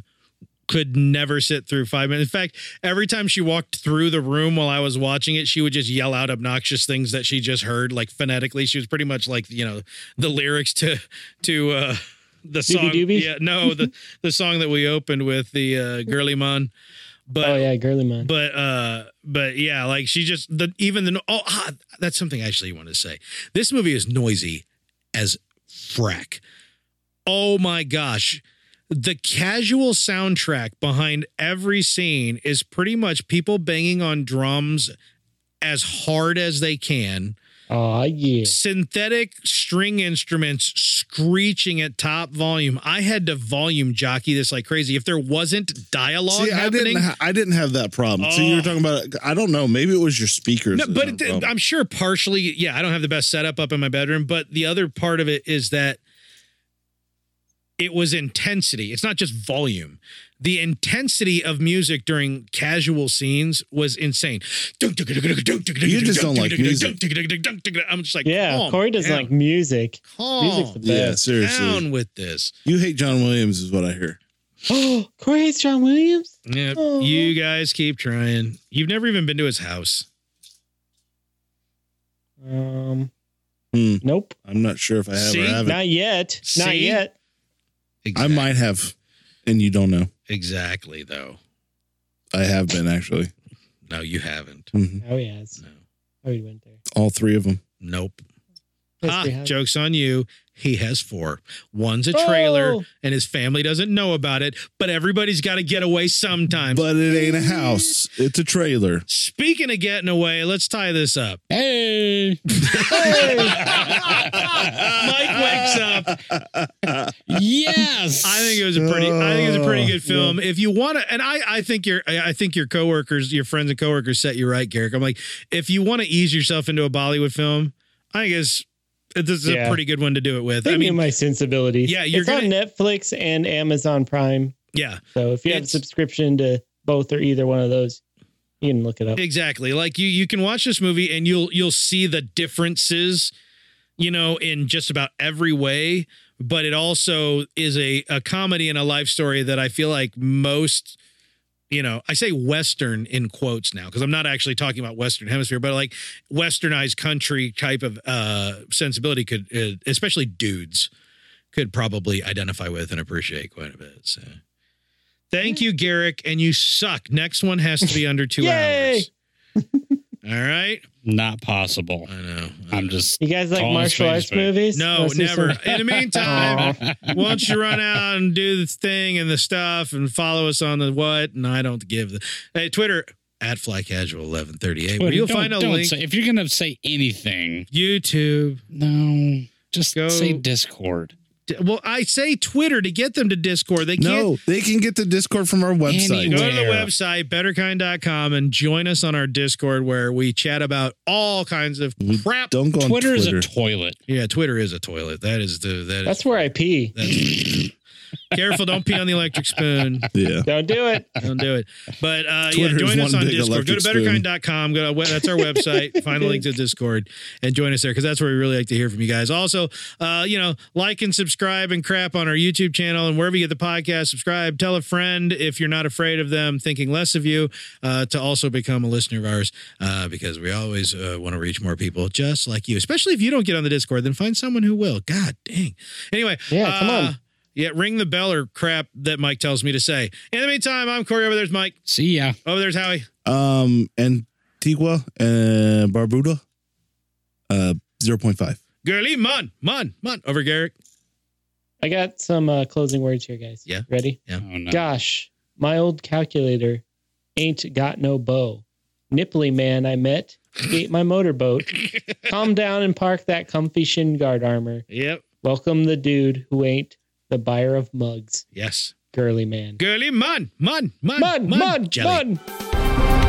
could never sit through five minutes. In fact, every time she walked through the room while I was watching it, she would just yell out obnoxious things that she just heard, like phonetically. She was pretty much like you know the lyrics to to uh, the song.
Doobie?
Yeah, no the the song that we opened with the uh, girly mon. But
oh yeah, girly man.
but uh but yeah like she just the even the oh ah, that's something i actually want to say this movie is noisy as frack oh my gosh the casual soundtrack behind every scene is pretty much people banging on drums as hard as they can
oh yeah.
synthetic string instruments screeching at top volume i had to volume jockey this like crazy if there wasn't dialogue
See, I
happening
didn't. Ha- I didn't have that problem. So you
Oh.
were talking about. I don't know. Maybe it was your speakers.
No,
that
but
had
it,
a problem.
I'm sure partially, yeah, I don't have the best setup up in my bedroom, but the other part of it is that it was intensity. It's not just volume. The intensity of music during casual scenes was insane. You just
don't like music.
I'm just like,
Yeah,
calm
Corey doesn't
down,
like music. Music's
calm
the
yeah,
best.
seriously.
down with this.
You hate John Williams, is what I hear.
Oh, Corey hates John Williams.
Yep.
Oh.
Aw.
You guys keep trying. You've never even been to his house.
Um,
Hmm.
nope,
I'm not sure if I have
See?
or haven't.
not yet. Not
See?
yet.
I might have, and you don't know.
exactly though.
I have been actually.
No, you haven't.
Mhm.
Oh yes.
No. Ah,
Oh, he went there.
All three of them.
Nope.
History
Ah,
has-
joke's on you. He has four. One's a trailer,
Oh.
and his family doesn't know about it, but everybody's got to get away sometime.
But it ain't a house. It's a trailer.
Speaking of getting away, let's tie this up.
Hey,
Mike wakes up.
yes.
I think it was a pretty. I think it was a pretty good film. If you want to, and I, I think your, I I think your coworkers, your friends and coworkers, set you right, Garrick. I'm like, if you want to ease yourself into a Bollywood film, I guess this is
Yeah.
a pretty good one to do it with.
I
I mean,
my sensibility.
Yeah, you're
it's
gonna-
on Netflix and Amazon Prime.
yeah.
So if you have a
It's-
subscription to both or either one of those, you can look it up.
Exactly. Like you you can watch this movie and you'll you'll see the differences, you know, in just about every way, but it also is a a comedy and a life story that I feel like most you know, I say western in quotes now because I'm not actually talking about western hemisphere, but like westernized country type of uh sensibility could uh, especially dudes could probably identify with and appreciate quite a bit. So Thank you, Garrick, and you suck. Next one has to be under two
Yay!
hours. All right.
Not possible.
I know.
I'm just.
You guys like
Call a
martial
spade a
arts
spade.
movies?
no,
Wanna see
never.
some-
In the meantime, why don't you run out and do the thing and the stuff and follow us on the what? And I don't give the hey Twitter at Fly Casual eleven thirty eight. Where
Twitter,
you'll
don't-
find a
don't
link.
say- if you're gonna say anything,
YouTube.
no, just
Go-
say Discord.
D- Well, I say Twitter to get them to Discord. They can't.
No, they can get to Discord from our website.
Go to the
Where?
website, betterkind.com, and join us on our Discord where we chat about all kinds of crap.
Don't go on
Twitter,
Twitter.
is a toilet.
Yeah, Twitter is a toilet. That is the that is
That's where I pee.
that's- careful, don't pee on the electric spoon.
yeah.
Don't do it.
Don't do it. But uh, yeah,
Twitter is
join us
one
on
big
Discord. Go to
electric spoon.
betterkind.com. Go to, that's our website. Find a link to Discord and join us there because that's where we really like to hear from you guys. Also, uh, you know, like and subscribe and crap on our YouTube channel and wherever you get the podcast, subscribe. Tell a friend if you're not afraid of them thinking less of you uh, to also become a listener of ours uh, because we always uh, want to reach more people just like you, especially if you don't get on the Discord, then find someone who will. God dang. Anyway,
Yeah, come
uh,
on.
Yeah, ring the bell or crap that Mike tells me to say. In the meantime, I'm Corey. Over there's Mike.
See ya.
Over there's Howie.
Um, Antigua and Barbuda, uh, 0.5.
Girly, Mon, Mon, Mon. Over Garrick.
I got some uh, closing words here, guys.
Yeah.
Ready?
Oh no.
Gosh, my old calculator ain't got no bow. Nipply man I met ate my motorboat. Calm down and park that comfy shin guard armor.
Yep.
Welcome the dude who ain't the buyer of mugs,
Yes.
girly man.
Girly, Mon, Mon, Mon,
Mud, mud,
Jelly.
mud.